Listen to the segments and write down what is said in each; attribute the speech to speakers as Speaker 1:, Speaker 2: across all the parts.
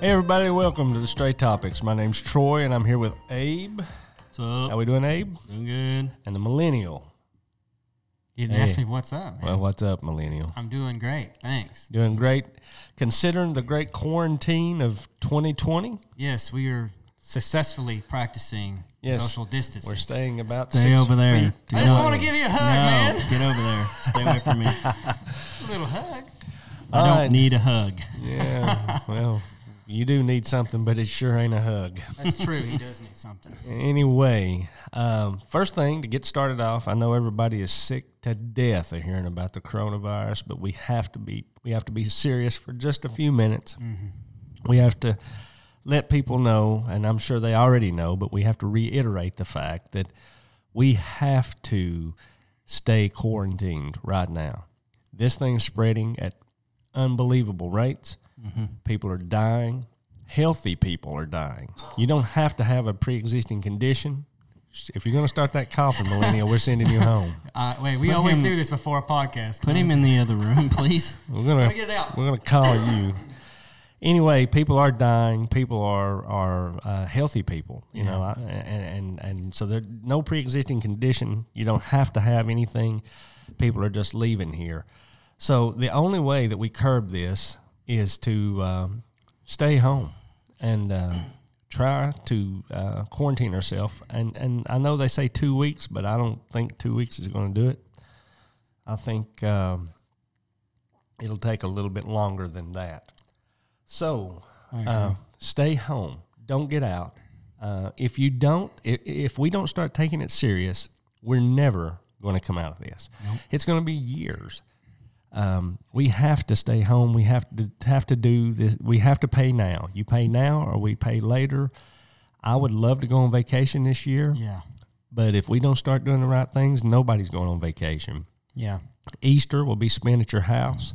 Speaker 1: Hey everybody, welcome to the Straight Topics. My name's Troy, and I'm here with Abe.
Speaker 2: What's up?
Speaker 1: How we doing, Abe?
Speaker 2: Doing good.
Speaker 1: And the Millennial.
Speaker 3: You didn't ask me what's up. man.
Speaker 1: Well, what's up, Millennial?
Speaker 3: I'm doing great. Thanks.
Speaker 1: Doing great, considering the great quarantine of 2020.
Speaker 3: Yes, we are successfully practicing
Speaker 1: Yes.
Speaker 3: social distancing.
Speaker 1: We're staying about
Speaker 2: Stay
Speaker 1: six
Speaker 2: over there.
Speaker 1: feet.
Speaker 2: Do
Speaker 3: I just
Speaker 2: not-
Speaker 3: want to give you a hug,
Speaker 2: no,
Speaker 3: man.
Speaker 2: get over there. Stay away from me.
Speaker 3: A little hug.
Speaker 2: I
Speaker 1: All
Speaker 2: don't
Speaker 1: right.
Speaker 2: need a hug.
Speaker 1: Yeah. well, you do need something, but it sure ain't a hug.
Speaker 3: That's true. He does need something.
Speaker 1: Anyway, um, first thing to get started off, I know everybody is sick to death of hearing about the coronavirus, but we have to be we have to be serious for just a few minutes. We have to let people know, and I'm sure they already know, but we have to reiterate the fact that we have to stay quarantined right now. This thing's spreading at unbelievable rates. People are dying. Healthy people are dying. You don't have to have a pre existing condition. If you're going to start that coughing, millennial, we're sending you home.
Speaker 3: Uh, wait, we always
Speaker 2: him-
Speaker 3: do this before a podcast. 'cause
Speaker 2: Put him in the other room, please.
Speaker 1: We're gonna
Speaker 3: Gotta get it out.
Speaker 1: We're gonna call you. Anyway, people are dying. People are are uh, healthy people, you know, I, and, and and so there no pre existing condition. You don't have to have anything. People are just leaving here. So the only way that we curb this is to um, stay home and uh, try to uh, quarantine ourselves. And and I know they say two weeks, but I don't think two weeks is going to do it. I think. Um, it'll take a little bit longer than that. So uh, stay home. Don't get out. Uh, if you don't, if, if we don't start taking it serious, we're never going to come out of this. It's going to be years. Um, we have to stay home. We have to have to do this. We have to pay now. You pay now, or we pay later. I would love to go on vacation this year,
Speaker 3: Yeah.
Speaker 1: but if we don't start doing the right things, nobody's going on vacation.
Speaker 3: Yeah.
Speaker 1: Easter will be spent at your house.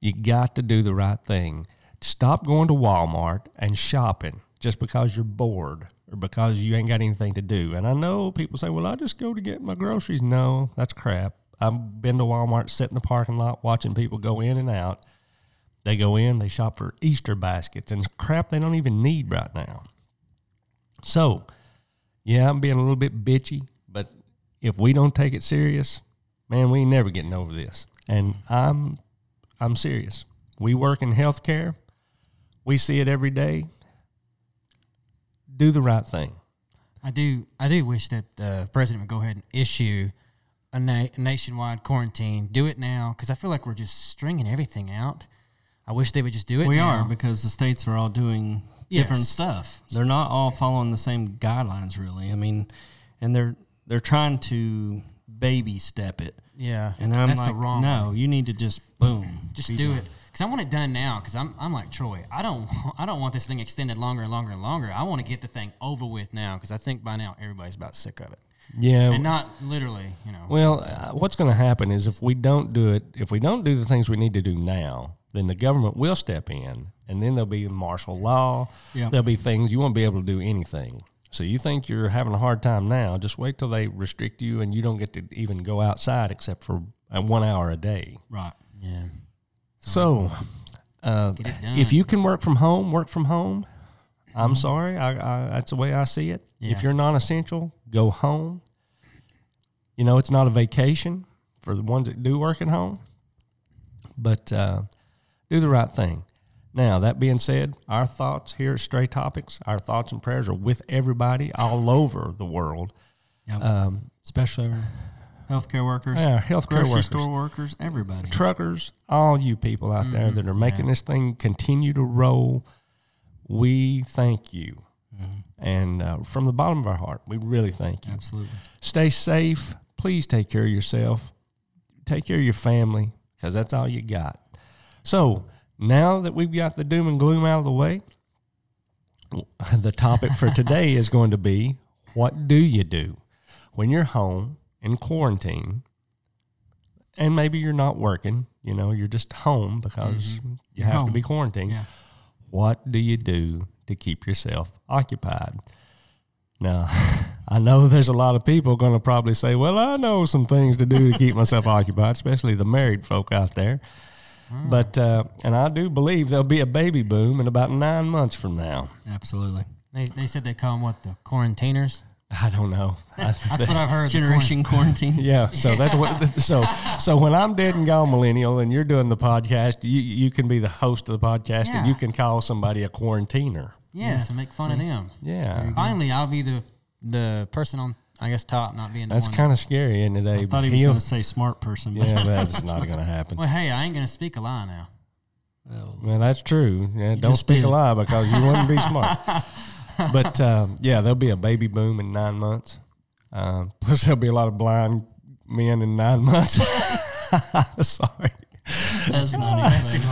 Speaker 1: You got to do the right thing. Stop going to Walmart and shopping just because you're bored or because you ain't got anything to do. And I know people say, well, I just go to get my groceries. No, that's crap. I've been to Walmart, sitting in the parking lot, watching people go in and out. They go in, they shop for Easter baskets and crap they don't even need right now. So, yeah, I'm being a little bit bitchy, but if we don't take it serious, man, we ain't never getting over this. And I'm I'm serious. We work in healthcare. We see it every day. Do the right thing.
Speaker 3: I do. I do wish that the president would go ahead and issue a na- nationwide quarantine. Do it now, because I feel like we're just stringing everything out. I wish they would just do it.
Speaker 2: We
Speaker 3: now.
Speaker 2: are because the states are all doing different
Speaker 3: Yes.
Speaker 2: stuff. They're not all following the same guidelines, really. I mean, and they're they're trying to baby step it.
Speaker 3: Yeah,
Speaker 2: And I'm
Speaker 3: that's
Speaker 2: like,
Speaker 3: the wrong.
Speaker 2: no, you need to just boom,
Speaker 3: just
Speaker 2: be
Speaker 3: do
Speaker 2: done.
Speaker 3: it because I want it done now. Because I'm, I'm like Troy. I don't I don't want this thing extended longer and longer and longer. I want to get the thing over with now because I think by now everybody's about sick of it,
Speaker 1: Yeah.
Speaker 3: and not literally, you know.
Speaker 1: Well, uh, what's going to happen is if we don't do it, if we don't do the things we need to do now, then the government will step in, and then there'll be martial law.
Speaker 2: Yeah.
Speaker 1: There'll be things you won't be able to do anything. So you think you're having a hard time now? Just wait till they restrict you, and you don't get to even go outside except for uh, one hour a day.
Speaker 2: Right.
Speaker 3: Yeah,
Speaker 1: So, uh,
Speaker 3: get it done.
Speaker 1: if you can work from home, work from home. I'm sorry, I, I, that's the way I see it.
Speaker 3: Yeah.
Speaker 1: If you're non-essential, go home. You know, it's not a vacation for the ones that do work at home, but uh, do the right thing. Now, that being said, our thoughts here at Stray Topics, our thoughts and prayers are with everybody all over the world.
Speaker 2: Yeah.
Speaker 1: Um,
Speaker 2: Especially our healthcare workers,
Speaker 1: yeah, healthcare
Speaker 2: grocery
Speaker 1: workers.
Speaker 2: store workers, everybody.
Speaker 1: truckers, all you people out there that are making this thing continue to roll, we thank you. And uh, from the bottom of our heart, we really thank you.
Speaker 2: Absolutely.
Speaker 1: Stay safe. Please take care of yourself. Take care of your family because that's all you got. So now that we've got the doom and gloom out of the way, the topic for today is going to be what do you do when you're home in quarantine and maybe you're not working? You know, you're just home because you have to
Speaker 2: Mm-hmm. home.
Speaker 1: be quarantined.
Speaker 2: Yeah.
Speaker 1: What do you do to keep yourself occupied? Now, I know there's a lot of people going to probably say, well, I know some things to do to keep myself occupied, especially the married folk out there.
Speaker 2: Hmm.
Speaker 1: But uh, and I do believe there'll be a baby boom in about nine months from now.
Speaker 2: Absolutely.
Speaker 3: They, they said they call them what the quarantiners.
Speaker 1: I don't know. I,
Speaker 3: That's what I've heard. the
Speaker 2: Generation quarantine.
Speaker 1: yeah. So that's what. So so when I'm dead and gone, millennial, and you're doing the podcast, you you can be the host of the podcast, and
Speaker 3: Yeah.
Speaker 1: you can call somebody a quarantiner.
Speaker 3: quarant- yes, and make fun of them.
Speaker 1: Yeah.
Speaker 3: Finally, I'll be the the person on I guess top, not being the
Speaker 1: That's
Speaker 3: one
Speaker 1: kind of scary in today.
Speaker 2: I thought he was going to say smart person. But
Speaker 1: yeah, that's not going to happen.
Speaker 3: Well, hey, I ain't gonna speak a lie now.
Speaker 2: Well,
Speaker 1: Well, that's true. Yeah, don't
Speaker 2: just
Speaker 1: speak a
Speaker 2: did.
Speaker 1: lie because you wouldn't be smart. But um, yeah, there'll be a baby boom in nine months. Um, plus, there'll be a lot of blind men in nine months. Sorry,
Speaker 2: that's not even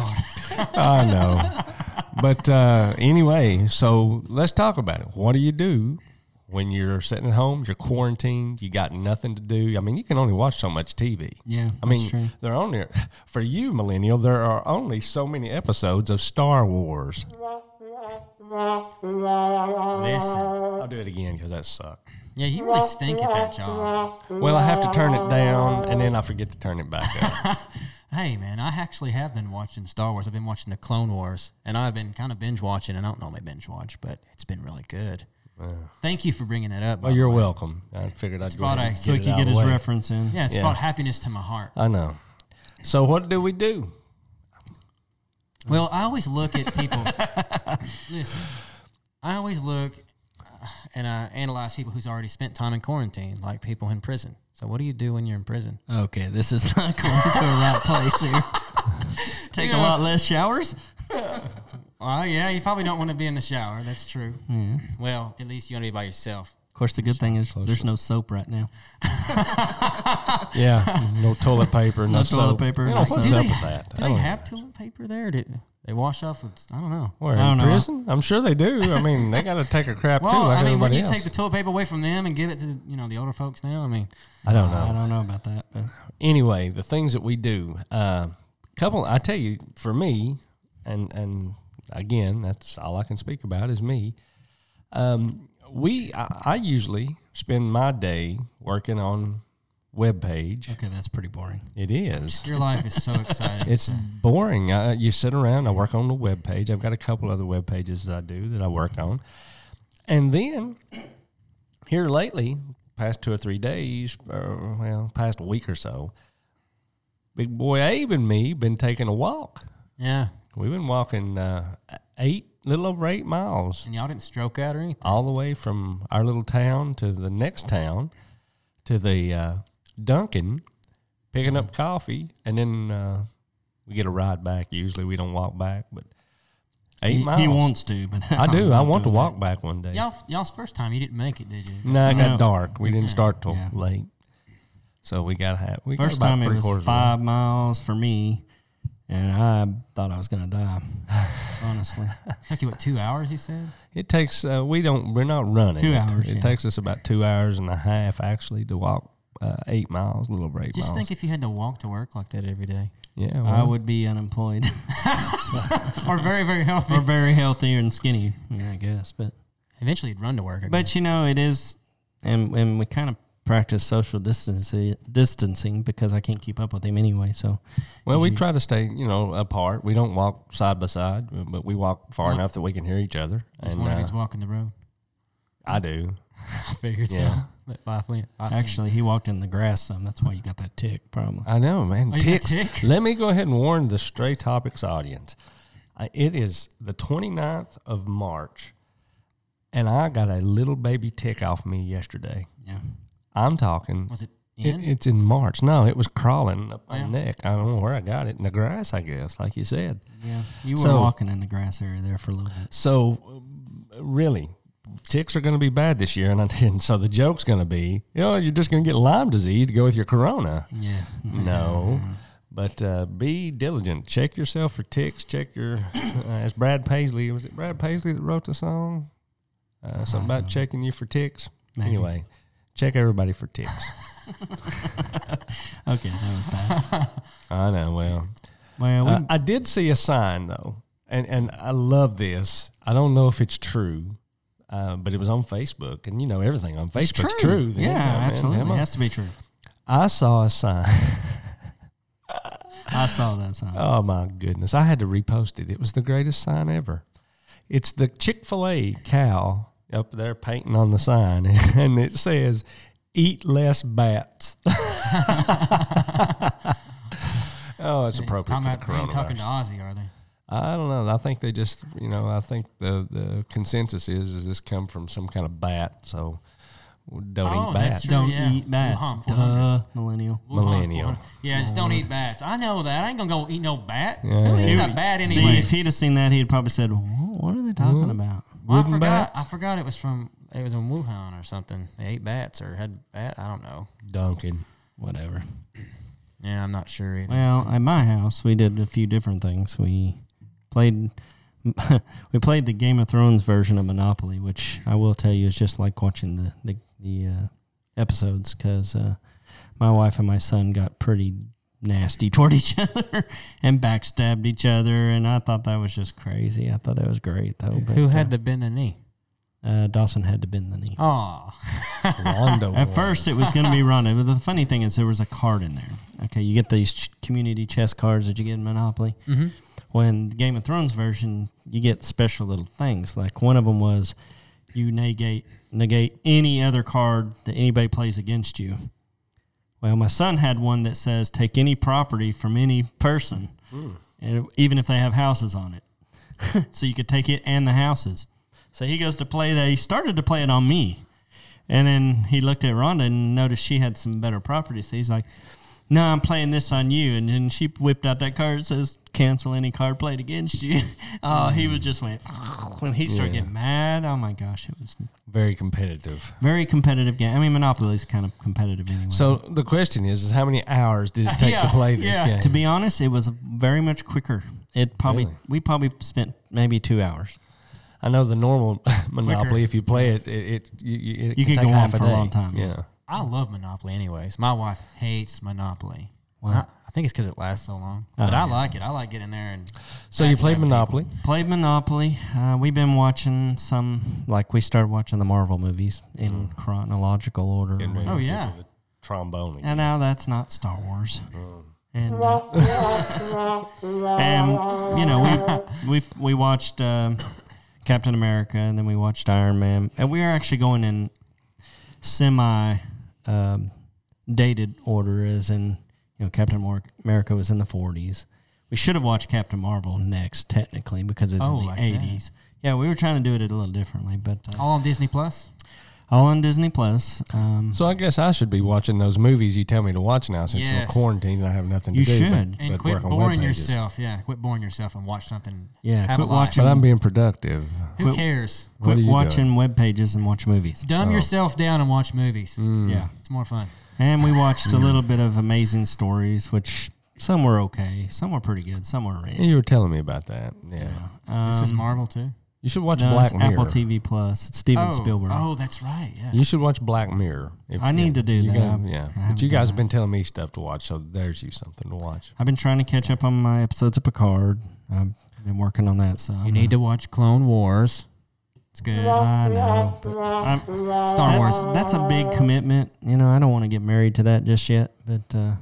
Speaker 2: fair.
Speaker 1: I know. But uh, anyway, so let's talk about it. What do you do when you're sitting at home? You're quarantined. You got nothing to do. I mean, you can only watch so much TV. I
Speaker 2: Yeah, that's
Speaker 1: mean,
Speaker 2: true.
Speaker 1: there are only for you, millennial. There are only so many episodes of Star Wars.
Speaker 3: Listen,
Speaker 1: I'll do it again because that sucked.
Speaker 3: yeah, you really stink at that job.
Speaker 1: Well, I have to turn it down, and then I forget to turn it back up.
Speaker 3: Hey, man, I actually have been watching Star Wars. I've been watching the Clone Wars, and I've been kind of binge watching. And I don't normally binge watch, but it's been really good. Thank you for bringing that up. by
Speaker 1: well, Oh,
Speaker 3: the
Speaker 1: you're
Speaker 3: way.
Speaker 1: welcome. I figured I'd go
Speaker 3: about
Speaker 1: ahead
Speaker 3: a-
Speaker 1: and
Speaker 2: So he
Speaker 1: it out
Speaker 2: could get
Speaker 1: of the
Speaker 2: his
Speaker 1: way.
Speaker 2: reference in.
Speaker 3: Yeah, it's
Speaker 1: Yeah.
Speaker 3: about happiness to my heart.
Speaker 1: I know. So what do we do?
Speaker 3: Well, I always look at people. listen, I always look uh, and I analyze people who's already spent time in quarantine, like people in prison. So, what do you do when you're in prison?
Speaker 2: Okay, this is not going to the right place here. Take a lot less showers.
Speaker 3: Oh, yeah, you probably don't want to be in the shower. That's true. Well, at least you want to be by yourself.
Speaker 2: Of course, the good thing is there's no soap right now.
Speaker 1: Yeah, no toilet paper, no,
Speaker 2: No
Speaker 1: soap.
Speaker 2: toilet paper,
Speaker 1: You
Speaker 2: no
Speaker 1: know, what's
Speaker 2: soap.
Speaker 1: up with that?
Speaker 3: Do
Speaker 1: I
Speaker 3: they
Speaker 1: don't-
Speaker 3: have toilet paper there? Did they wash off with? I don't know.
Speaker 1: Where,
Speaker 2: I
Speaker 1: in
Speaker 2: don't know.
Speaker 1: prison? I'm sure they do. I mean, they got to take a crap too,
Speaker 3: Well,
Speaker 1: like
Speaker 3: I mean, when
Speaker 1: everybody
Speaker 3: you
Speaker 1: else.
Speaker 3: take the toilet paper away from them and give it to the, you know the older folks now, I mean,
Speaker 1: I don't know.
Speaker 2: I don't know about that. But
Speaker 1: anyway, the things that we do. Uh, couple, I tell you, for me, and and again, that's all I can speak about is me. Um, we, I, I usually spend my day working on web page.
Speaker 2: okay, that's pretty boring.
Speaker 1: It is.
Speaker 3: your life is so exciting.
Speaker 1: It's boring. I, you sit around. I work on the web page. I've got a couple other web pages that I do that I work on, and then here lately, past two or three days, or well, past a week or so, Big Boy Abe and me been taking a walk.
Speaker 3: yeah,
Speaker 1: We've been walking uh, eight, little over eight miles,
Speaker 3: and y'all didn't stroke out or anything.
Speaker 1: all the way from our little town to the next town, to the uh, Duncan, picking up coffee, and then uh, we get a ride back. Usually we don't walk back, but eight
Speaker 2: He,
Speaker 1: miles.
Speaker 2: he wants to, but
Speaker 1: I do. I
Speaker 2: I'm
Speaker 1: want to
Speaker 2: doing
Speaker 1: walk back one day.
Speaker 3: Y'all, y'all's first time, you didn't make it, did you?
Speaker 1: No, it got
Speaker 2: No.
Speaker 1: dark. We didn't start till
Speaker 2: Yeah.
Speaker 1: late, so we got half. We
Speaker 2: that. First
Speaker 1: got about
Speaker 2: time it
Speaker 1: three
Speaker 2: was
Speaker 1: quarters of the way.
Speaker 2: five miles for me, and I thought I was going to die. Honestly,
Speaker 3: Took you what two hours? You said.
Speaker 1: It takes. Uh, we don't. We're not running.
Speaker 2: Two
Speaker 1: it.
Speaker 2: hours,
Speaker 1: It
Speaker 2: yeah.
Speaker 1: takes us about two hours and a half actually to walk uh, eight miles, a little over eight
Speaker 3: Just
Speaker 1: miles.
Speaker 3: think if you had to walk to work like that every day,
Speaker 1: yeah,
Speaker 2: I
Speaker 1: well,
Speaker 2: would be unemployed
Speaker 3: or very very healthy.
Speaker 2: or very healthy and skinny. Yeah, I guess, but
Speaker 3: Eventually, you'd run to work. I guess.
Speaker 2: But you know, it is, and and we kind of practice social distancing, distancing because I can't keep up with him anyway. So
Speaker 1: well,
Speaker 3: Mm-hmm.
Speaker 1: we try to stay, you know, apart. We don't walk side by side, but we walk far enough that we can hear each other.
Speaker 3: Just
Speaker 1: And
Speaker 3: one of
Speaker 1: uh,
Speaker 3: you's walking the road.
Speaker 1: I do.
Speaker 3: I figured
Speaker 1: Yeah.
Speaker 3: so. But by Flint, I,
Speaker 2: actually, he walked in the grass some. That's why you got that tick problem.
Speaker 1: I know, man.
Speaker 3: Oh, you got
Speaker 1: Ticks.
Speaker 3: tick?
Speaker 1: Let me go ahead and warn the Stray Topics audience. Uh, it is the 29th of March, and I got a little baby tick off me yesterday.
Speaker 2: Yeah,
Speaker 1: I'm talking.
Speaker 3: was it
Speaker 1: It,
Speaker 3: in?
Speaker 1: it's in March. No, it was crawling up my
Speaker 3: Yeah.
Speaker 1: neck. I don't know where I got it in the grass, I guess, like you said.
Speaker 2: yeah. You were
Speaker 1: So-
Speaker 2: walking in the grass area there for a little bit.
Speaker 1: So, uh, really, ticks are going to be bad this year, and, I, and so the joke's going to be, you know, you're just going to get Lyme disease to go with your corona.
Speaker 2: Yeah,
Speaker 1: No, but uh, be diligent. Check yourself for ticks. Check your, uh, as Brad Paisley was it Brad Paisley that wrote the song? Uh, something about checking you for ticks.
Speaker 2: Maybe.
Speaker 1: Anyway, check everybody for ticks.
Speaker 2: Okay, that was bad.
Speaker 1: I know. Well.
Speaker 2: Well, we,
Speaker 1: Uh, I did see a sign though, and and I love this. I don't know if it's true, uh, but it was on Facebook, and you know everything on
Speaker 2: it's
Speaker 1: Facebook's true.
Speaker 2: Yeah,
Speaker 1: man.
Speaker 2: absolutely.
Speaker 1: Am I-
Speaker 2: It has to be true.
Speaker 1: I saw a sign.
Speaker 2: I saw that sign.
Speaker 1: Oh my goodness. I had to repost it. It was the greatest sign ever. It's the Chick fil A cow up there painting on the sign, and it says, Eat less bats. oh, it's appropriate.
Speaker 3: Talking
Speaker 1: For the
Speaker 3: about, they ain't talking
Speaker 1: coronavirus.
Speaker 3: to Ozzy, are they?
Speaker 1: I don't know. I think they just, you know, I think the, the consensus is is this come from some kind of bat, so don't
Speaker 3: Oh,
Speaker 1: eat
Speaker 3: that's
Speaker 1: bats.
Speaker 3: true.
Speaker 2: Don't
Speaker 3: Yeah.
Speaker 2: eat bats.
Speaker 3: Well, huh,
Speaker 2: Duh, millennial.
Speaker 3: We'll hunt for
Speaker 1: Millennial.
Speaker 3: it. Yeah, just don't eat bats. I know that. I ain't gonna go eat no bat.
Speaker 1: Yeah.
Speaker 3: Who eats
Speaker 2: Here
Speaker 3: a
Speaker 2: we-
Speaker 3: bat
Speaker 2: See,
Speaker 3: anyway?
Speaker 2: if he'd have seen that, he'd probably said, "Wha- "What are they talking about?"
Speaker 3: Well, I
Speaker 1: Wooden
Speaker 3: forgot.
Speaker 1: bats?
Speaker 3: I forgot it was from. It was in Wuhan or something. They ate bats or had bat. I don't know.
Speaker 1: Duncan.
Speaker 2: Whatever.
Speaker 3: Yeah, I'm not sure either.
Speaker 2: Well, at my house, we did a few different things. We played, we played the Game of Thrones version of Monopoly, which I will tell you is just like watching the the, the uh, episodes because uh, my wife and my son got pretty nasty toward each other and backstabbed each other, and I thought that was just crazy. I thought that was great though. But,
Speaker 3: Who had the bend the knee?
Speaker 2: uh, Dawson had to bend the knee.
Speaker 3: Oh,
Speaker 1: Rondo.
Speaker 2: At first, it was going to be Rondo, but the funny thing is there was a card in there. Okay, you get these ch- community chess cards that you get in Monopoly.
Speaker 3: mm-hmm.
Speaker 2: When the Game of Thrones version, you get special little things. Like one of them was you negate negate any other card that anybody plays against you. Well, my son had one that says take any property from any person, and even if they have houses on it, so you could take it and the houses. So he goes to play that. He started to play it on me. And then he looked at Rhonda and noticed she had some better properties. So he's like, No, I'm playing this on you. And then she whipped out that card that says, Cancel any card played against you. oh, he was just went, when he started
Speaker 1: Yeah.
Speaker 2: getting mad. Oh my gosh, it was
Speaker 1: Very competitive.
Speaker 2: very competitive game. I mean, Monopoly is kind of competitive anyway.
Speaker 1: So the question is, is how many hours did it take
Speaker 3: Yeah,
Speaker 1: to play this
Speaker 3: yeah.
Speaker 1: game?
Speaker 2: to be honest, it was very much quicker. It probably,
Speaker 1: Really?
Speaker 2: we probably spent maybe two hours.
Speaker 1: I know the normal Monopoly. If you play it, it, it you, you, it
Speaker 2: You could
Speaker 1: take
Speaker 2: go on
Speaker 1: half
Speaker 2: for a
Speaker 1: day.
Speaker 2: long time.
Speaker 1: Yeah,
Speaker 3: I love Monopoly. Anyways, my wife hates Monopoly.
Speaker 2: Wow.
Speaker 3: I, I think it's because it lasts so long. But I like it. I like getting there and.
Speaker 1: Oh, so you played
Speaker 3: backstabbing people.
Speaker 1: Monopoly.
Speaker 2: Played Monopoly. Uh, we've been watching some, like we started watching the Marvel movies in chronological order.
Speaker 1: Mm. Getting ready
Speaker 3: Oh,
Speaker 1: to get
Speaker 3: yeah.
Speaker 1: to the trombone. again.
Speaker 2: And now that's not Star Wars.
Speaker 3: Mm.
Speaker 2: And, uh, and you know we we we watched um Captain America and then we watched Iron Man and we are actually going in semi um, dated order as in you know Captain Mar- America was in the 40s. We should have watched Captain Marvel next technically because it's
Speaker 3: Oh,
Speaker 2: in the
Speaker 3: like that.
Speaker 2: 80s. Yeah, we were trying to do it a little differently, but uh,
Speaker 3: All on Disney Plus.
Speaker 2: all on Disney Plus. Um,
Speaker 1: So I guess I should be watching those movies you tell me to watch now since
Speaker 3: Yes.
Speaker 1: we're quarantined and I have nothing to
Speaker 2: You
Speaker 1: do. but-
Speaker 2: should.
Speaker 1: But,
Speaker 3: And quit
Speaker 1: work on
Speaker 3: boring
Speaker 1: webpages.
Speaker 3: yourself. Yeah, quit boring yourself and watch something.
Speaker 2: Yeah,
Speaker 3: have
Speaker 2: quit
Speaker 3: a life.
Speaker 1: But I'm being productive.
Speaker 3: Who
Speaker 2: quit-
Speaker 3: cares?
Speaker 1: What are
Speaker 2: quit
Speaker 1: you
Speaker 2: watching web pages and watch movies.
Speaker 3: Dumb yourself down and watch movies.
Speaker 2: Yeah.
Speaker 3: It's more fun.
Speaker 2: And we watched
Speaker 3: Hmm.
Speaker 2: a little bit of Amazing Stories, which some were okay, some were pretty good, some were eh.
Speaker 1: You were telling me about that. Yeah,
Speaker 2: Um,
Speaker 3: this is Marvel too.
Speaker 1: you should watch
Speaker 2: no,
Speaker 1: Black
Speaker 2: it's
Speaker 1: Mirror.
Speaker 2: Apple TV Plus. It's Steven
Speaker 3: oh,
Speaker 2: Spielberg.
Speaker 3: Oh, that's right. Yeah.
Speaker 1: You should watch Black Mirror. If,
Speaker 2: I need to do
Speaker 1: you
Speaker 2: that.
Speaker 1: gotta-
Speaker 2: I've-
Speaker 1: yeah,
Speaker 2: I
Speaker 1: but
Speaker 2: haven't
Speaker 1: you
Speaker 2: done
Speaker 1: guys
Speaker 2: that.
Speaker 1: have been telling me stuff to watch, so there's you something to watch.
Speaker 2: I've been trying to catch up on my episodes of Picard. I've been working on that. So
Speaker 3: You need to watch Clone Wars. It's good.
Speaker 2: I know. But I'm,
Speaker 3: Star
Speaker 2: that's-
Speaker 3: Wars.
Speaker 2: That's a big commitment. You know, I don't want to get married to that just yet. But uh,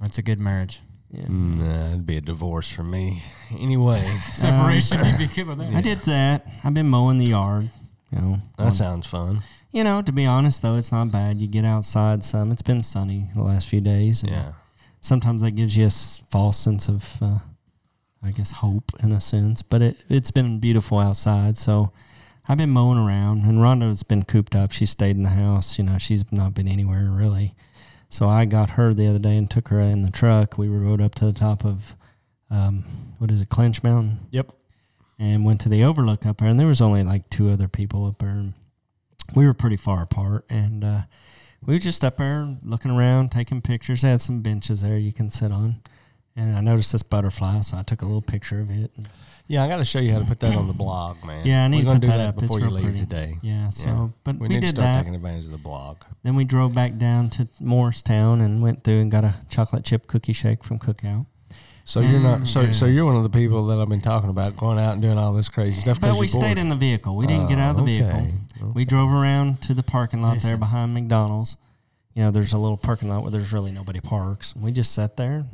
Speaker 3: That's a good marriage.
Speaker 2: yeah.
Speaker 3: Hmm.
Speaker 1: Nah, Mm, uh, it'd be a divorce for me. Anyway,
Speaker 3: Separation. you'd be good with that.
Speaker 2: I did that. I've been mowing the yard. You know,
Speaker 1: that sounds fun.
Speaker 2: you know. To be honest, though, it's not bad. You get outside some. It's been sunny the last few days. and
Speaker 1: Yeah.
Speaker 2: sometimes that gives you a s- false sense of, uh, I guess, hope in a sense. But it it's been beautiful outside, so I've been mowing around, and Rhonda's been cooped up. She stayed in the house. You know, she's not been anywhere really. So I got her the other day and took her in the truck. We rode up to the top of, um, what is it, Clinch Mountain?
Speaker 1: Yep.
Speaker 2: and went to the overlook up there and there was only like two other people up there and we were pretty far apart and uh, we were just up there looking around taking pictures they had some benches there you can sit on and i noticed this butterfly so i took a little picture of it
Speaker 1: Yeah, I got to show you how to put that on the blog, man.
Speaker 2: yeah i
Speaker 1: We're
Speaker 2: need to
Speaker 1: gonna
Speaker 2: put
Speaker 1: do
Speaker 2: that up It's
Speaker 1: before you
Speaker 2: real
Speaker 1: leave
Speaker 2: pretty.
Speaker 1: today.
Speaker 2: yeah so but
Speaker 1: We,
Speaker 2: we,
Speaker 1: need to
Speaker 2: did
Speaker 1: start
Speaker 2: that
Speaker 1: taking advantage of the blog.
Speaker 2: then we drove back down to morristown and went through and got a chocolate chip cookie shake from cookout
Speaker 1: So you're
Speaker 2: Mm,
Speaker 1: not. So
Speaker 3: Okay.
Speaker 1: so you're one of the people that I've been talking about going out and doing all this crazy stuff. 'cause
Speaker 2: But
Speaker 1: you're
Speaker 2: we stayed
Speaker 1: bored.
Speaker 2: in the vehicle. We didn't get
Speaker 1: Oh,
Speaker 2: out of the
Speaker 1: okay.
Speaker 2: vehicle. We drove around to the parking lot there
Speaker 3: Listen.
Speaker 2: behind McDonald's, you know, there's a little parking lot where there's really nobody parks. And we just sat there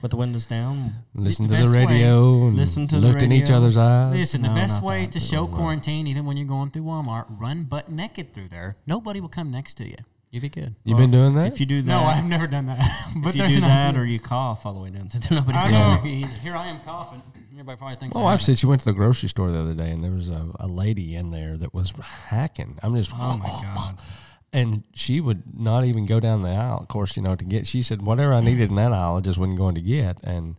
Speaker 2: with the windows down.
Speaker 1: Listen
Speaker 3: The
Speaker 1: to the
Speaker 3: best way-
Speaker 1: radio. and
Speaker 2: Listen to the
Speaker 1: looked in each
Speaker 2: radio.
Speaker 1: other's eyes.
Speaker 3: Listen, the
Speaker 2: No,
Speaker 3: best
Speaker 2: not
Speaker 3: way
Speaker 2: that,
Speaker 3: to
Speaker 2: but
Speaker 3: show
Speaker 2: well.
Speaker 3: quarantine, even when you're going through Walmart, run butt naked through there. Nobody will come next to you. You'll be good.
Speaker 1: you been doing that?
Speaker 2: If you do that,
Speaker 3: No, I've never done that. but
Speaker 2: if you
Speaker 3: there's
Speaker 2: do
Speaker 3: an
Speaker 2: that
Speaker 3: idea.
Speaker 2: or you cough all the way down, to nobody
Speaker 3: I
Speaker 2: comes.
Speaker 3: know. Here I am coughing. Everybody probably thinks.
Speaker 2: Oh,
Speaker 1: My
Speaker 3: I
Speaker 1: wife
Speaker 3: have-
Speaker 1: said Oh, she went to the grocery store the other day and there was a, a lady in there that was hacking. I'm just,
Speaker 2: Oh my god!
Speaker 1: and she would not even go down the aisle. Of course, you know to get. She said whatever I needed in that aisle, I just wasn't going to get. And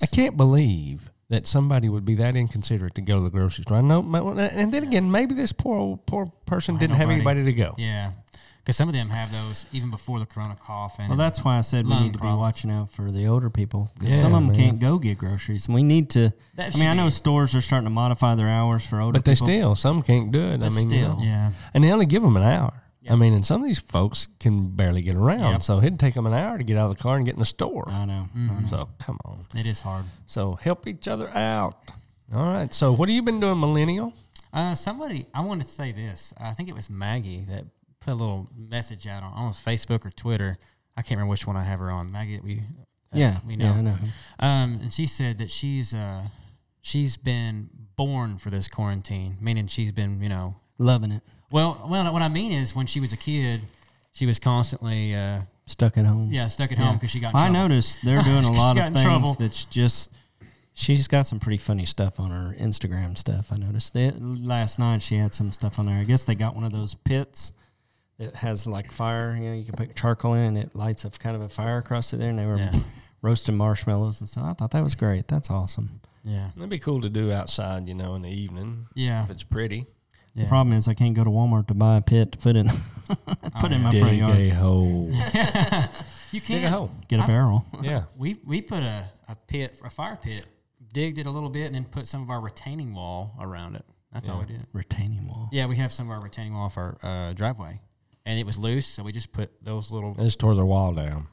Speaker 1: I can't believe that somebody would be that inconsiderate to go to the grocery store. I know, my- and then again, maybe this poor old, poor person didn't have
Speaker 3: nobody.
Speaker 1: anybody to go.
Speaker 3: Yeah, because some of them have those even before the corona cough. And
Speaker 2: Well, that's why I said we
Speaker 3: Lung
Speaker 2: need to be
Speaker 3: problem.
Speaker 2: watching out for the older people. 'cause
Speaker 1: Yeah,
Speaker 2: some of them
Speaker 1: man.
Speaker 2: can't go get groceries, and we need to.
Speaker 3: That
Speaker 2: I mean, I
Speaker 3: should
Speaker 2: know
Speaker 3: be-
Speaker 2: stores are starting to modify their hours for older.
Speaker 1: But they
Speaker 2: people.
Speaker 1: still, some can't do it. I
Speaker 2: But
Speaker 1: mean, you
Speaker 2: still.
Speaker 1: know.
Speaker 3: yeah.
Speaker 1: and they only give them an hour. I mean, and some of these folks can barely get around,
Speaker 3: Yep.
Speaker 1: so it'd take them an hour to get out of the car and get in the store.
Speaker 2: I know.
Speaker 3: Mm-hmm.
Speaker 1: So come on.
Speaker 3: It is hard.
Speaker 1: So help each other out. All right. So what have you been doing, millennial?
Speaker 3: Uh, somebody, I wanted to say this. I think it was Maggie that put a little message out on, on Facebook or Twitter. I can't remember which one I have her on. Maggie, that we uh,
Speaker 2: Yeah,
Speaker 3: we
Speaker 2: Yeah,
Speaker 3: know.
Speaker 2: I know.
Speaker 3: Um, and she said that she's uh, she's been born for this quarantine, meaning she's been you know
Speaker 2: Loving it.
Speaker 3: well well what I mean is when she was a kid, she was constantly uh,
Speaker 2: Stuck at home.
Speaker 3: yeah stuck at home because she got in
Speaker 2: I
Speaker 3: trouble.
Speaker 2: noticed they're doing a
Speaker 3: She
Speaker 2: lot
Speaker 3: got
Speaker 2: of
Speaker 3: in
Speaker 2: things
Speaker 3: trouble.
Speaker 2: that's just. She's got some pretty funny stuff on her Instagram stuff. I noticed it last night. She had some stuff on there. I guess they got one of those pits that has like fire. You know, you can put charcoal in and it lights up kind of a fire across it there. And they were
Speaker 3: Yeah.
Speaker 2: roasting marshmallows and stuff. I thought that was great. That's awesome.
Speaker 3: yeah
Speaker 1: That'd be cool to do outside, you know, in the evening
Speaker 3: yeah
Speaker 1: if it's pretty.
Speaker 3: yeah.
Speaker 2: The problem is I can't go to Walmart to buy a pit to put in,
Speaker 3: Oh,
Speaker 2: put in my front
Speaker 1: Dig
Speaker 2: yard.
Speaker 1: a hole.
Speaker 3: you
Speaker 1: Dig a
Speaker 3: can't
Speaker 1: hole.
Speaker 2: Get a barrel.
Speaker 1: Yeah.
Speaker 3: we we put a, a pit a fire pit digged it a little bit and then put some of our retaining wall around it. That's all we did.
Speaker 2: Retaining wall.
Speaker 3: Yeah, we have some of our retaining wall for our uh, driveway, and it was loose, so we just put those little.
Speaker 1: I just tore their wall down.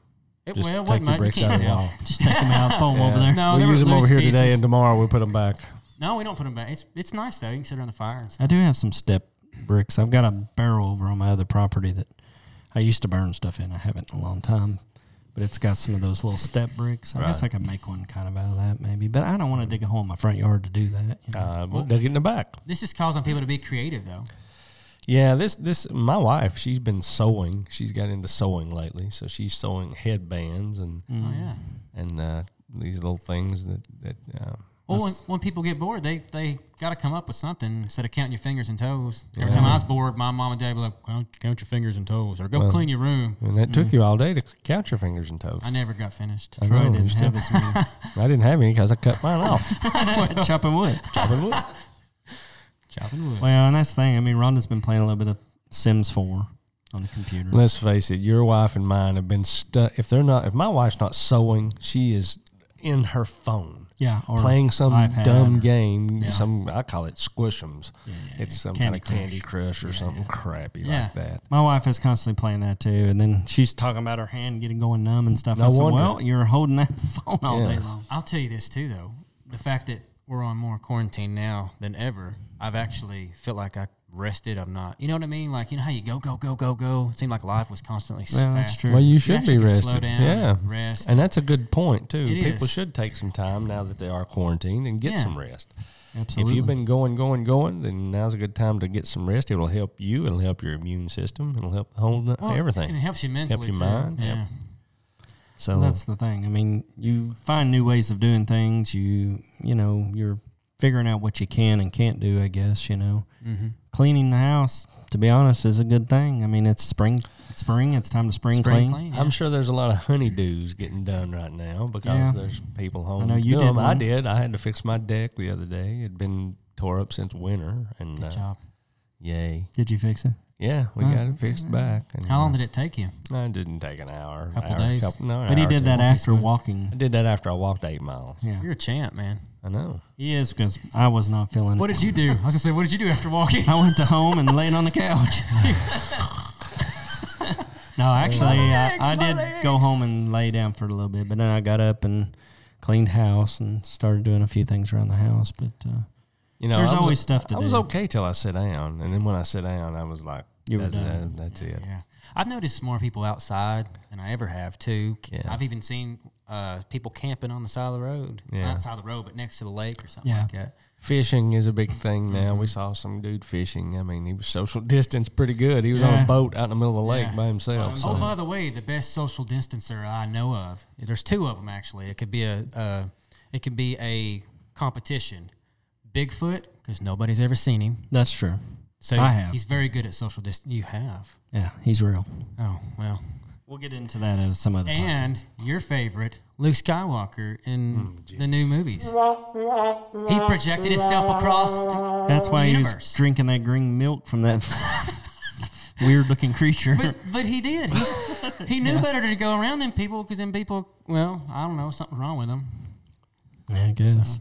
Speaker 3: It,
Speaker 1: Just
Speaker 3: well, it
Speaker 1: take
Speaker 3: wasn't
Speaker 1: your
Speaker 3: much. You
Speaker 1: bricks out
Speaker 3: can't
Speaker 1: of the
Speaker 3: tell.
Speaker 1: wall.
Speaker 2: Just take them out, throw them over there.
Speaker 3: No,
Speaker 1: we
Speaker 3: there
Speaker 1: use
Speaker 3: were
Speaker 1: them over
Speaker 3: loose
Speaker 1: here today,
Speaker 3: pieces.
Speaker 1: and tomorrow we'll put them back.
Speaker 3: No, we don't put them back. It's it's nice though. You can sit around the fire and stuff.
Speaker 2: I do have some step bricks. I've got a barrel over on my other property that I used to burn stuff in. I haven't in a long time, but it's got some of those little step bricks. I guess I could make one kind of out of that maybe, but I don't want to dig a hole in my front yard to do that. you know.
Speaker 1: Uh, we'll dig it in the back.
Speaker 3: This is causing people to be creative though. Oh,
Speaker 1: Yeah, this this my wife. She's been sewing. She's got into sewing lately, so she's sewing headbands and
Speaker 2: Mm.
Speaker 3: Oh yeah.
Speaker 1: and uh, these little things that that. Uh,
Speaker 3: Well, when, when people get bored, they they got to come up with something instead of counting your fingers and toes. Every time I was bored, my mom and dad would be like, count, count your fingers and toes, or go clean your room.
Speaker 1: and that
Speaker 2: Mm.
Speaker 1: took you all day to count your fingers and toes.
Speaker 3: I never got finished.
Speaker 1: I
Speaker 2: Troy
Speaker 1: know,
Speaker 2: didn't
Speaker 1: you
Speaker 2: have
Speaker 1: Uh, still-
Speaker 2: as many
Speaker 1: I didn't have any because I cut mine off.
Speaker 2: chopping wood.
Speaker 1: Chopping wood.
Speaker 3: Chopping wood.
Speaker 2: Well, and that's the thing. I mean, Rhonda's been playing a little bit of Sims 4 on the computer.
Speaker 1: Let's face it, your wife and mine have been stuck. If they're not, if my wife's not sewing, she is in her phone
Speaker 2: yeah, or
Speaker 1: playing some
Speaker 2: iPad
Speaker 1: dumb
Speaker 2: or-
Speaker 1: game.
Speaker 2: Yeah.
Speaker 1: Some I call it squishums.
Speaker 2: yeah,
Speaker 1: it's some
Speaker 2: Candy
Speaker 1: kind of Candy Crush or something crappy
Speaker 3: Yeah.
Speaker 1: like that.
Speaker 2: My wife is constantly playing that too, and then she's talking about her hand getting going numb and stuff.
Speaker 1: No
Speaker 2: I said,
Speaker 1: wonder.
Speaker 2: "Well, you're holding that phone all
Speaker 1: Yeah.
Speaker 2: day long."
Speaker 3: Um, I'll tell you this too, though. The fact that we're on more quarantine now than ever, I've actually felt like I rested. I'm not. You know what I mean? Like you know how you go, go, go, go, go. It seemed like life was constantly
Speaker 2: Well,
Speaker 3: fast.
Speaker 2: that's true.
Speaker 1: Mm-hmm. Well, you
Speaker 3: You
Speaker 1: should
Speaker 3: actually
Speaker 1: be
Speaker 3: can
Speaker 1: rested.
Speaker 3: slow down
Speaker 1: yeah,
Speaker 3: and rest.
Speaker 1: and that's a good point too.
Speaker 3: It
Speaker 1: People
Speaker 3: is.
Speaker 1: should take some time now that they are quarantined and get
Speaker 3: Yeah.
Speaker 1: some rest.
Speaker 2: Absolutely.
Speaker 1: If you've been going, going, going, then now's a good time to get some rest. It'll help you. It'll help your immune system. It'll help the whole n-
Speaker 3: Well, Oh, And it
Speaker 1: everything.
Speaker 3: helps you mentally
Speaker 1: your
Speaker 3: too.
Speaker 1: mind,
Speaker 3: Yeah.
Speaker 1: yep. So
Speaker 2: Well, that's the thing. I mean, you find new ways of doing things. You, you know, you're figuring out what you can and can't do. I guess you know, cleaning the house. To be honest, is a good thing. I mean, it's spring. It's spring. It's time to spring,
Speaker 3: Spring
Speaker 2: clean.
Speaker 3: clean. yeah.
Speaker 1: I'm sure there's a lot of honeydews getting done right now because
Speaker 2: Yeah.
Speaker 1: there's people home.
Speaker 2: I know
Speaker 1: to
Speaker 2: you
Speaker 1: do
Speaker 2: did
Speaker 1: 'em. I
Speaker 2: one.
Speaker 1: did. I had to fix my deck the other day. It'd been tore up since winter, and
Speaker 3: Good
Speaker 1: uh,
Speaker 3: job.
Speaker 1: yay,
Speaker 2: Did you fix it?
Speaker 1: yeah, we got it fixed back. And,
Speaker 3: How long
Speaker 1: uh,
Speaker 3: did it take you?
Speaker 1: it didn't take an hour.
Speaker 3: Couple
Speaker 1: hour,
Speaker 3: days?
Speaker 1: Couple, no, an
Speaker 2: But he
Speaker 1: hour or
Speaker 2: did
Speaker 1: two.
Speaker 2: that after
Speaker 1: I
Speaker 2: walking.
Speaker 1: did that after I walked eight miles.
Speaker 2: Yeah,
Speaker 3: You're a champ, man.
Speaker 1: I know.
Speaker 2: he is because I was not feeling
Speaker 3: What
Speaker 2: it.
Speaker 3: did you do? I was gonna say, what did you do after walking?
Speaker 2: I went to home and laid on the couch. no, actually, I, I did go home and lay down for a little bit, but then I got up and cleaned house and started doing a few things around the house. But uh,
Speaker 1: You know,
Speaker 2: There's
Speaker 1: I was-
Speaker 2: always stuff to
Speaker 1: I was
Speaker 2: do.
Speaker 1: okay till I sit down, and then when I sit down, I was like,
Speaker 2: You were
Speaker 1: "That's,
Speaker 2: done.
Speaker 1: that- that's it."
Speaker 3: Yeah. I've noticed more people outside than I ever have too. C-
Speaker 1: Yeah.
Speaker 3: I've even seen uh, people camping on the side of the road,
Speaker 1: Yeah.
Speaker 3: not side of the road, but next to the lake or something
Speaker 2: Yeah.
Speaker 3: like that.
Speaker 1: Fishing is a big thing
Speaker 2: Mm-hmm.
Speaker 1: now. We saw some dude fishing. I mean, he was social distance pretty good. He was on
Speaker 2: Yeah.
Speaker 1: a boat out in the middle of the lake
Speaker 3: Yeah.
Speaker 1: by himself.
Speaker 3: Oh,
Speaker 1: so-
Speaker 3: by the way, the best social distancer I know of. There's two of them actually. It could be a, uh, it could be a competition. Bigfoot, because nobody's ever seen him.
Speaker 2: That's true.
Speaker 3: So
Speaker 2: I have.
Speaker 3: he's very good at social distance. You have.
Speaker 2: Yeah, he's real.
Speaker 3: Oh well.
Speaker 2: We'll get into that at some other time.
Speaker 3: And your favorite, Luke Skywalker in
Speaker 2: Hmm,
Speaker 3: the new movies. He projected himself across.
Speaker 2: That's why he was
Speaker 3: Universe.
Speaker 2: drinking that green milk from that weird looking creature.
Speaker 3: But, but he did. He, he knew better to go around than people because then people, well, I don't know, something's wrong with him.
Speaker 2: yeah, I guess.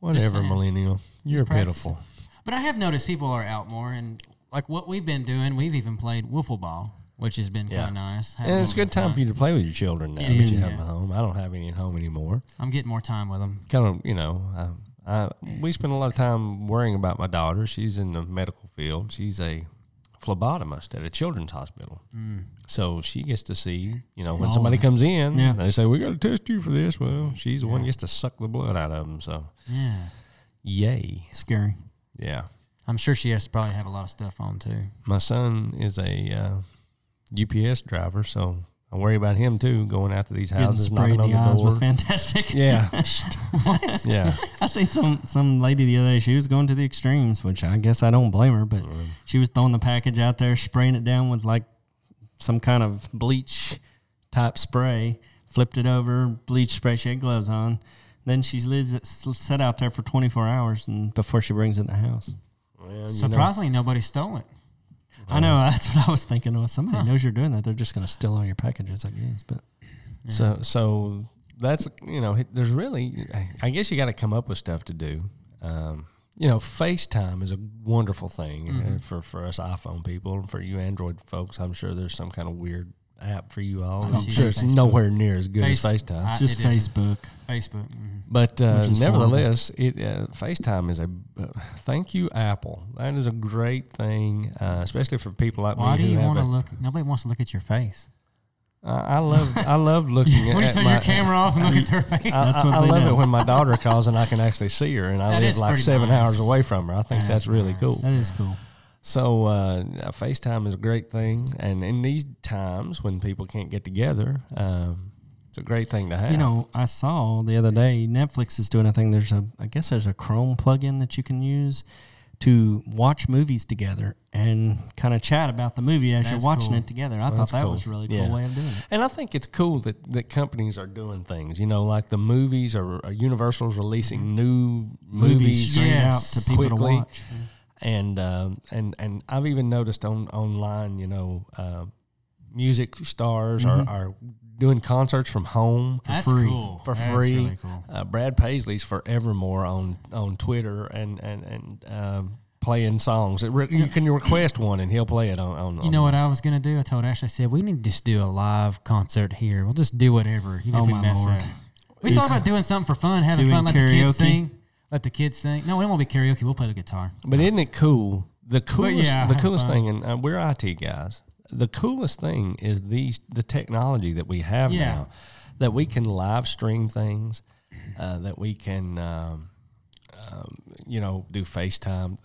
Speaker 1: Whatever,
Speaker 3: saying.
Speaker 1: millennial. You're
Speaker 3: practicing.
Speaker 1: pitiful.
Speaker 3: But I have noticed people are out more, and like what we've been doing, we've even played wiffle ball, which has been
Speaker 1: Yeah.
Speaker 3: kind of nice. Had
Speaker 1: And it's a good time for you to play with your children now that you
Speaker 3: is,
Speaker 1: have
Speaker 3: yeah.
Speaker 1: them at home. I don't have any at home anymore.
Speaker 3: I'm getting more time with them.
Speaker 1: Kind of, you know, I, I, we spend a lot of time worrying about my daughter. She's in the medical field. She's a phlebotomist at a children's hospital.
Speaker 3: Mm.
Speaker 1: So she gets to see, you know, when somebody comes in,
Speaker 2: Oh, Yeah.
Speaker 1: they say, we got to test you for this. Well, she's the one who gets to suck the blood out of them. So,
Speaker 3: Yeah.
Speaker 1: yay.
Speaker 2: Scary.
Speaker 1: Yeah.
Speaker 3: I'm sure she has to probably have a lot of stuff on too.
Speaker 1: my son is a uh, UPS driver, so I worry about him too, going out to these
Speaker 2: Getting
Speaker 1: houses,
Speaker 2: sprayed
Speaker 1: knocking
Speaker 2: in
Speaker 1: on
Speaker 2: the eyes
Speaker 1: the
Speaker 2: was
Speaker 1: door.
Speaker 2: fantastic.
Speaker 1: Yeah, yeah,
Speaker 2: I seen some some lady the other day. She was going to the extremes, which I guess I don't blame her. But she was throwing the package out there, spraying it down with like some kind of bleach type spray. Flipped it over, bleach spray. She had gloves on. Then she lives it set out there for 24 hours and before she brings it in the house.
Speaker 3: Surprisingly, nobody stole it.
Speaker 2: I know that's what I was thinking. Was somebody knows you're doing that? They're just going to steal all your packages, I guess. But
Speaker 1: So,
Speaker 3: Mm.
Speaker 1: so that's you know, it- there's really, I- I guess you got to come up with stuff to do. Um, you know, FaceTime is a wonderful thing
Speaker 3: Mm-hmm.
Speaker 1: uh, for for us iPhone people and for you Android folks. I'm sure there's some kind of weird app for you all.
Speaker 3: Oh,
Speaker 1: I'm
Speaker 3: she's
Speaker 1: sure
Speaker 3: on
Speaker 1: it's
Speaker 3: Facebook.
Speaker 1: nowhere near as good
Speaker 3: Face-
Speaker 1: as FaceTime.
Speaker 3: I-
Speaker 2: just
Speaker 3: Uh, it isn't.
Speaker 2: Facebook.
Speaker 3: Facebook. mhm.
Speaker 1: But uh,
Speaker 2: Which is
Speaker 1: nevertheless, it uh, FaceTime is a uh, thank you Apple. That is a great thing, uh, especially for people like
Speaker 3: Why
Speaker 1: me.
Speaker 3: do
Speaker 1: who
Speaker 3: you
Speaker 1: have
Speaker 3: want to
Speaker 1: a-
Speaker 3: look? Nobody wants to look at your face.
Speaker 1: I I love I love looking at.
Speaker 3: When you turn
Speaker 1: my,
Speaker 3: your camera off and look at their face.
Speaker 1: I,
Speaker 2: That's
Speaker 1: I-
Speaker 2: what
Speaker 1: I
Speaker 2: they
Speaker 1: love it
Speaker 2: does.
Speaker 1: when my daughter calls and I can actually see her, and I
Speaker 3: That
Speaker 1: live
Speaker 3: is
Speaker 1: like
Speaker 3: pretty
Speaker 1: seven
Speaker 3: nice.
Speaker 1: hours away from her. I think
Speaker 3: That
Speaker 1: that's
Speaker 3: is
Speaker 1: really
Speaker 3: nice.
Speaker 1: cool.
Speaker 2: That is cool.
Speaker 1: So uh, FaceTime is a great thing, and in these times when people can't get together, um, it's a great thing to have.
Speaker 2: You know, I saw the other day Netflix is doing a thing. There's a, I guess there's a Chrome plugin that you can use to watch movies together and kind of chat about the movie as
Speaker 3: That's
Speaker 2: you're watching
Speaker 3: cool.
Speaker 2: it together. I
Speaker 1: That's
Speaker 2: thought that
Speaker 1: cool.
Speaker 2: was a really cool
Speaker 1: Yeah.
Speaker 2: way of doing it.
Speaker 1: And I think it's cool that, that companies are doing things. You know, like the movies or, or Universal's releasing new
Speaker 2: Movies
Speaker 1: movies,
Speaker 2: straight
Speaker 3: yes,
Speaker 2: out to people
Speaker 1: quickly.
Speaker 2: to watch.
Speaker 1: and um, and and I've even noticed on online, you know, uh, music stars are, are doing concerts from home
Speaker 3: That's
Speaker 2: free.
Speaker 3: cool.
Speaker 1: for
Speaker 3: That's
Speaker 1: free.
Speaker 3: really cool.
Speaker 1: uh, Brad Paisley's Forevermore on on Twitter and and and. Um, Playing songs, It re- you can request one and he'll play it on. on
Speaker 3: You know what I was gonna do? I told Ashley, I said we need to just do a live concert here. We'll just do whatever, even
Speaker 2: Oh,
Speaker 3: if we
Speaker 2: my
Speaker 3: mess
Speaker 2: Lord.
Speaker 3: up. We
Speaker 2: Do
Speaker 3: thought
Speaker 2: some-
Speaker 3: about doing something for fun, having
Speaker 2: doing
Speaker 3: fun. Let the
Speaker 2: karaoke?
Speaker 3: kids sing. Let the kids sing. No, it won't be karaoke. We'll play the guitar.
Speaker 1: But isn't it cool? The coolest,
Speaker 3: yeah,
Speaker 1: the
Speaker 3: have
Speaker 1: coolest
Speaker 3: fun.
Speaker 1: thing, and uh, we're IT guys. The coolest thing is these the technology that we have
Speaker 3: Yeah.
Speaker 1: now, that we can live stream things, uh, that we can, um, um, you know, do FaceTime.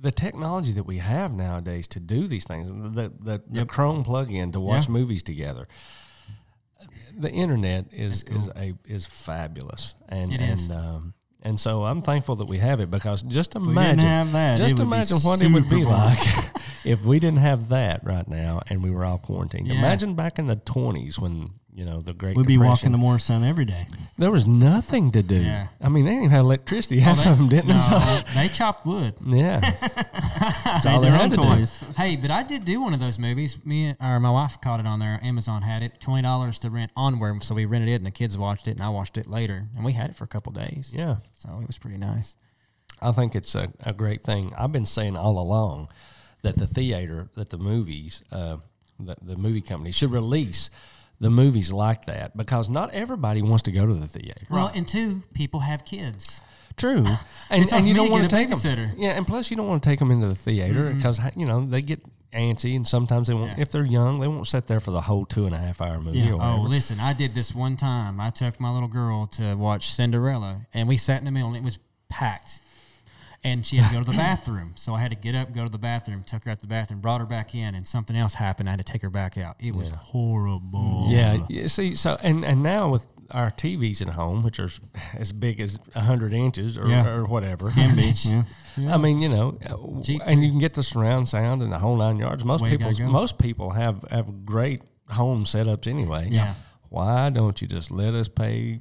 Speaker 1: The technology that we have nowadays to do these things, the the, the Chrome plugin to watch
Speaker 2: Yeah.
Speaker 1: movies together. The internet is is a is fabulous, and
Speaker 3: It
Speaker 1: and
Speaker 3: is.
Speaker 1: um, and so I'm thankful that we have it because just
Speaker 2: If we didn't
Speaker 1: imagine
Speaker 2: have that.
Speaker 1: just
Speaker 2: it would be
Speaker 1: imagine what it would
Speaker 2: super
Speaker 1: be
Speaker 2: boring.
Speaker 1: like if we didn't have that right now and we were all quarantined.
Speaker 3: Yeah.
Speaker 1: Imagine back in the twenties when you know the Great
Speaker 2: We'd be walking
Speaker 1: Depression.
Speaker 2: to Morrison every day.
Speaker 1: there was nothing to do.
Speaker 3: Yeah.
Speaker 1: I mean, they didn't even have electricity. Half of them didn't. So,
Speaker 3: No, they chopped wood.
Speaker 1: yeah, that's all they
Speaker 2: Made their
Speaker 1: had
Speaker 2: own
Speaker 1: to do.
Speaker 2: toys.
Speaker 3: Hey, but I did do one of those movies. Me or my wife caught it on there. Amazon had it. Twenty dollars to rent onward. So we rented it, and the kids watched it, and I watched it later, and we had it for a couple days.
Speaker 1: Yeah,
Speaker 3: So it was pretty nice.
Speaker 1: I think it's a, a great thing. I've been saying all along that the theater, that the movies, uh, that the movie company should release the movies like that because not everybody wants to go to the theater.
Speaker 3: Well, and two people have kids.
Speaker 1: True, and, and
Speaker 3: It's hard for
Speaker 1: you
Speaker 3: me
Speaker 1: don't
Speaker 3: to
Speaker 1: want to
Speaker 3: get a
Speaker 1: take them.
Speaker 3: babysitter.
Speaker 1: Yeah, and plus you don't want to take them into the theater because you know they get antsy, and sometimes they won't.
Speaker 3: Yeah.
Speaker 1: If they're young, they won't sit there for the whole two and a half hour movie.
Speaker 2: Yeah.
Speaker 1: Or
Speaker 3: Oh,
Speaker 1: whatever.
Speaker 3: listen, I did this one time. I took my little girl to watch Cinderella, and we sat in the middle, and it was packed. And she had to go to the bathroom. So I had to get up, go to the bathroom, took her out the bathroom, brought her back in, and something else happened. I had to take her back out. It was horrible.
Speaker 1: Yeah, yeah. See, so and and now with our TVs at home, which are s- as big as hundred inches or,
Speaker 2: Yeah.
Speaker 1: or whatever,
Speaker 2: Can be. Yeah.
Speaker 1: I mean, you know, uh, w-
Speaker 3: Cheap
Speaker 1: and you can get the surround sound and the whole nine yards. Most
Speaker 3: way you gotta
Speaker 1: people,
Speaker 3: go.
Speaker 1: most people have have great home setups anyway.
Speaker 3: Yeah.
Speaker 1: Why don't you just let us pay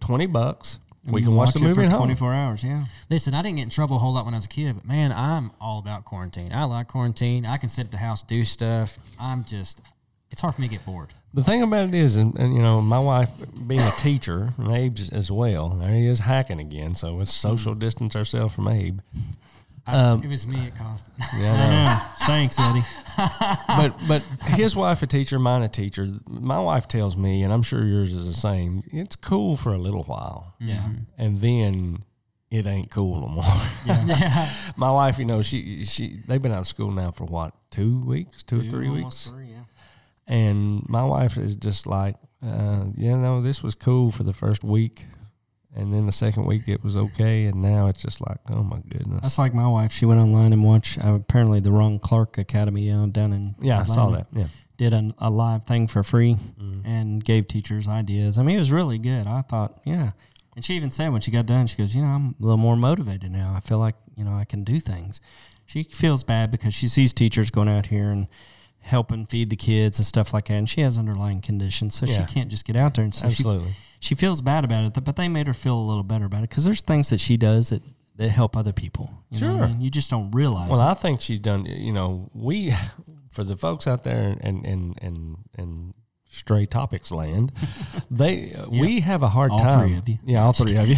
Speaker 1: twenty bucks?
Speaker 2: And
Speaker 1: we
Speaker 2: you
Speaker 1: can watch, the
Speaker 2: it
Speaker 1: movie
Speaker 2: for
Speaker 1: at home.
Speaker 2: 24 hours. Yeah.
Speaker 3: Listen, I didn't get in trouble a whole lot when I was a kid, but man, I'm all about quarantine. I like quarantine. I can sit at the house, do stuff. I'm just, it's hard for me to get bored.
Speaker 1: The thing about it is, and, and you know, my wife being a teacher, and Abe's as well. There he is hacking again, so it's social distance ourselves from Abe.
Speaker 3: I, it was me at cost.
Speaker 1: Yeah, I know.
Speaker 2: Yeah. Thanks, Eddie.
Speaker 1: but but his wife a teacher, mine a teacher. My wife tells me, and I'm sure yours is the same. It's cool for a little while,
Speaker 2: Yeah.
Speaker 3: Mm-hmm.
Speaker 1: and then it ain't cool no more.
Speaker 3: yeah.
Speaker 1: My wife, you know, she she they've been out of school now for what two weeks, two, or three weeks, and my wife is just like, uh, you know, this was cool for the first week. And then the second week it was okay, and now it's just like, oh my goodness.
Speaker 2: That's like my wife. She went online and watched uh, apparently the Ron Clark Academy down down in
Speaker 1: Yeah, I saw
Speaker 2: Atlanta.
Speaker 1: that. Yeah,
Speaker 2: Did an, a live thing for free
Speaker 1: Mm.
Speaker 2: and gave teachers ideas. I mean, it was really good. I thought, yeah. And she even said when she got done, she goes, you know, I'm a little more motivated now. I feel like you know I can do things. She feels bad because she sees teachers going out here and helping feed the kids and stuff like that, and she has underlying conditions, so
Speaker 1: Yeah.
Speaker 2: she can't just get out there and so she
Speaker 1: absolutely.
Speaker 2: she feels bad about it, th- but they made her feel a little better about it because there's things that she does that, that help other people. You know what I
Speaker 1: Sure.
Speaker 2: mean? You just don't realize.
Speaker 1: Well,
Speaker 2: it.
Speaker 1: I think she's done. You know, we for the folks out there and and and and stray topics land, they we have a hard
Speaker 2: All three
Speaker 1: time.
Speaker 2: of you.
Speaker 1: Yeah, all three of you.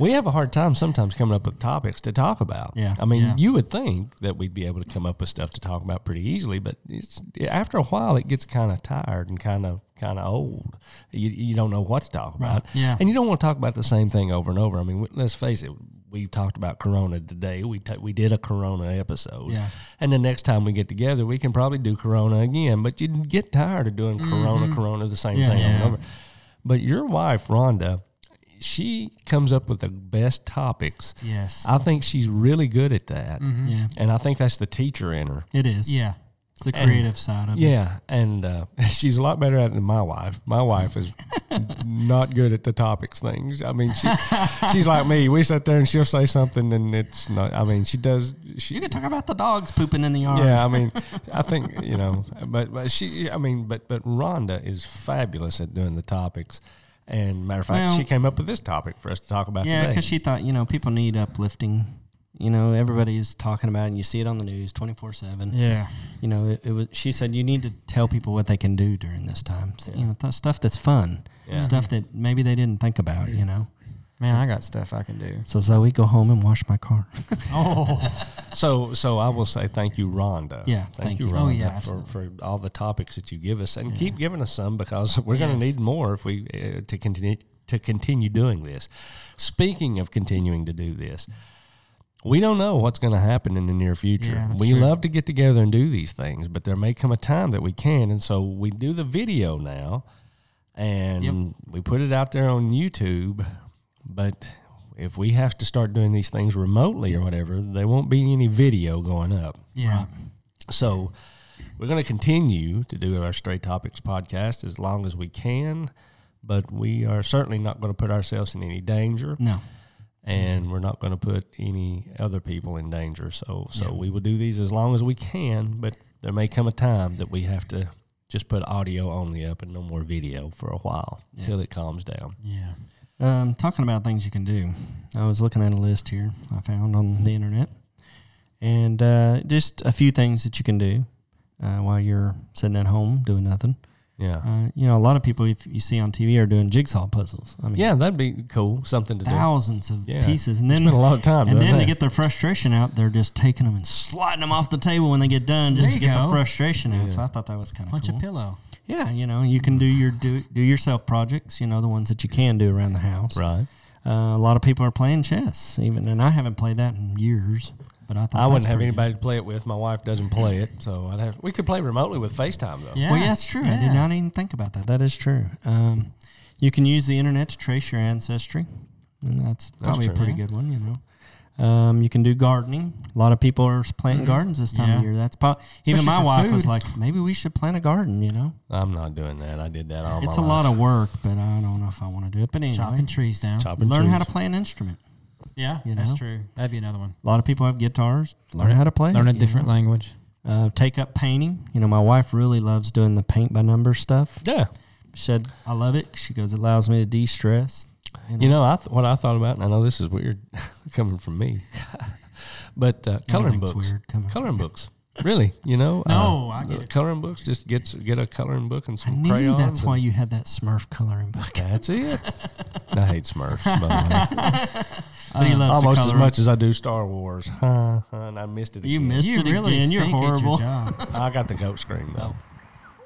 Speaker 1: we have a hard time sometimes coming up with topics to talk about.
Speaker 2: Yeah.
Speaker 1: I mean,
Speaker 3: Yeah.
Speaker 1: you would think that we'd be able to come up with stuff to talk about pretty easily, but it's, after a while, it gets kind of tired and kind of kind of old. You you don't know what to talk about.
Speaker 3: Yeah.
Speaker 1: And you don't want to talk about the same thing over and over. I mean, w- let's face it. We've talked about Corona today. We ta we did a Corona episode,
Speaker 2: Yeah.
Speaker 1: and the next time we get together, we can probably do Corona again. But you get tired of doing Corona, Corona, the same
Speaker 2: Yeah.
Speaker 1: thing over
Speaker 3: Mm-hmm. Yeah.
Speaker 1: and over. But your wife Rhonda, she comes up with the best topics.
Speaker 3: Yes.
Speaker 1: I think she's really good at that,
Speaker 2: yeah,
Speaker 1: and I think that's the teacher in her.
Speaker 2: it is.
Speaker 3: yeah.
Speaker 2: It's the creative side of it.
Speaker 1: Yeah, and uh, she's a lot better at it than my wife. My wife is not good at the topics things. I mean, she, she's like me. We sit there and she'll say something, and it's not. I mean, she does. She
Speaker 2: You could talk about the dogs pooping in the yard.
Speaker 1: yeah, I mean, I think you know, but but she, I mean, but but Rhonda is fabulous at doing the topics. And matter of fact,
Speaker 2: Well-
Speaker 1: she came up with this topic for us to talk about
Speaker 2: Yeah,
Speaker 1: today.
Speaker 2: because she thought, you know, people need uplifting. You know, everybody's talking about it and you see it on the news 24 7.
Speaker 3: Yeah.
Speaker 2: You know, it, it was, she said you need to tell people what they can do during this time. So, You know, th- stuff that's fun,
Speaker 1: Yeah.
Speaker 2: stuff that maybe they didn't think about, you know.
Speaker 3: Man, I got stuff I can do.
Speaker 2: So, Zoe, go home and wash my car.
Speaker 3: Oh,
Speaker 1: So, so I will say thank you, Rhonda.
Speaker 2: Yeah,
Speaker 1: thank,
Speaker 2: thank
Speaker 1: you,
Speaker 2: you.
Speaker 1: Rhonda,
Speaker 3: Oh, yeah,
Speaker 1: for, for all the topics that you give us, and keep giving us some because we're going
Speaker 3: Yes.
Speaker 1: to need more if we uh, to continue to continue doing this. Speaking of continuing to do this, we don't know what's going to happen in the near future.
Speaker 3: Yeah, that's
Speaker 1: we
Speaker 3: true.
Speaker 1: love to get together and do these things, but there may come a time that we can, and so we do the video now, and we put it out there on YouTube, but. If we have to start doing these things remotely or whatever, there won't be any video going up.
Speaker 3: yeah.
Speaker 1: So we're going to continue to do our Stray Topics podcast as long as we can, but we are certainly not going to put ourselves in any danger,
Speaker 2: No.
Speaker 1: and
Speaker 2: Mm-hmm.
Speaker 1: we're not going to put any other people in danger. So so we will do these as long as we can, but there may come a time that we have to just put audio only up and no more video for a while
Speaker 2: Yeah.
Speaker 1: till it calms down.
Speaker 3: Yeah.
Speaker 2: Um, talking about things you can do, I was looking at a list here I found on the internet, and uh, just a few things that you can do uh, while you're sitting at home doing nothing.
Speaker 1: Yeah.
Speaker 2: Uh, you know, a lot of people if you see on TV are doing jigsaw puzzles. I mean,
Speaker 1: Yeah, that'd be cool. Something to do.
Speaker 2: thousands of
Speaker 1: Yeah.
Speaker 2: pieces, and then
Speaker 1: Spend a lot of time.
Speaker 2: and
Speaker 1: doing
Speaker 2: then to
Speaker 1: that.
Speaker 2: get their frustration out, they're just taking them and sliding them off the table when they get done, just
Speaker 3: There
Speaker 2: to
Speaker 3: you
Speaker 2: get
Speaker 3: go.
Speaker 2: the frustration out. So
Speaker 1: Yeah.
Speaker 2: I thought that was kind of
Speaker 3: Punch
Speaker 2: cool.
Speaker 3: a pillow.
Speaker 2: yeah, you know, you can do your do do yourself projects. You know, the ones that you can do around the house.
Speaker 1: right.
Speaker 2: Uh, a lot of people are playing chess, even, and I haven't played that in years. But I thought
Speaker 1: I wouldn't
Speaker 2: that's
Speaker 1: have
Speaker 2: pretty
Speaker 1: anybody to play it with. My wife doesn't play it, so I'd have. We could play remotely with FaceTime though.
Speaker 2: good. Well, yeah, that's true. I did
Speaker 3: Yeah.
Speaker 2: not even think about that. That is true. Um, you can use the internet to trace your ancestry, and that's probably
Speaker 1: true.
Speaker 2: a pretty good one. You know, um, you can do gardening. A lot of people are planting gardens this time of
Speaker 3: Yeah.
Speaker 2: year. That's po- even
Speaker 3: Especially
Speaker 2: my
Speaker 3: for
Speaker 2: wife was
Speaker 3: food.
Speaker 2: like, maybe we should plant a garden. You know,
Speaker 1: I'm not doing that. I did that all Oh, my
Speaker 2: it's a
Speaker 1: life.
Speaker 2: lot of work, but I don't know if I want to do it. But anyway,
Speaker 3: chopping trees down.
Speaker 1: Chopping
Speaker 2: learn how to
Speaker 1: trees.
Speaker 2: play an instrument.
Speaker 3: Yeah,
Speaker 2: You know?
Speaker 3: that's true. That'd be another one.
Speaker 2: A lot of people have guitars. Learn how to play. it,
Speaker 3: Learn a
Speaker 2: you know.
Speaker 3: different language.
Speaker 2: Uh, take up painting. You know, my wife really loves doing the paint by number stuff.
Speaker 1: Yeah.
Speaker 2: She said, I love it. She goes, it allows me to de stress.
Speaker 1: You know, I th- what I thought about, and I know this is weird coming from me, but uh, coloring
Speaker 2: Everything's
Speaker 1: books.
Speaker 2: weird coming from-
Speaker 1: Coloring books. Really, you know?
Speaker 3: No, I
Speaker 1: uh,
Speaker 3: get it.
Speaker 1: Coloring books. Just get s- get a coloring book and
Speaker 2: I
Speaker 1: some
Speaker 2: knew
Speaker 1: crayons.
Speaker 2: that's
Speaker 1: and-
Speaker 2: why you had that Smurf coloring book.
Speaker 1: That's it. I hate Smurfs, by the way.
Speaker 2: But he loves to
Speaker 1: almost as
Speaker 2: color
Speaker 1: much as I do Star Wars. Huh, huh, and I missed it.
Speaker 2: You
Speaker 1: again.
Speaker 2: missed it again. You're
Speaker 3: stink at your
Speaker 2: horrible.
Speaker 3: job.
Speaker 1: I got the goat scream
Speaker 2: Oh.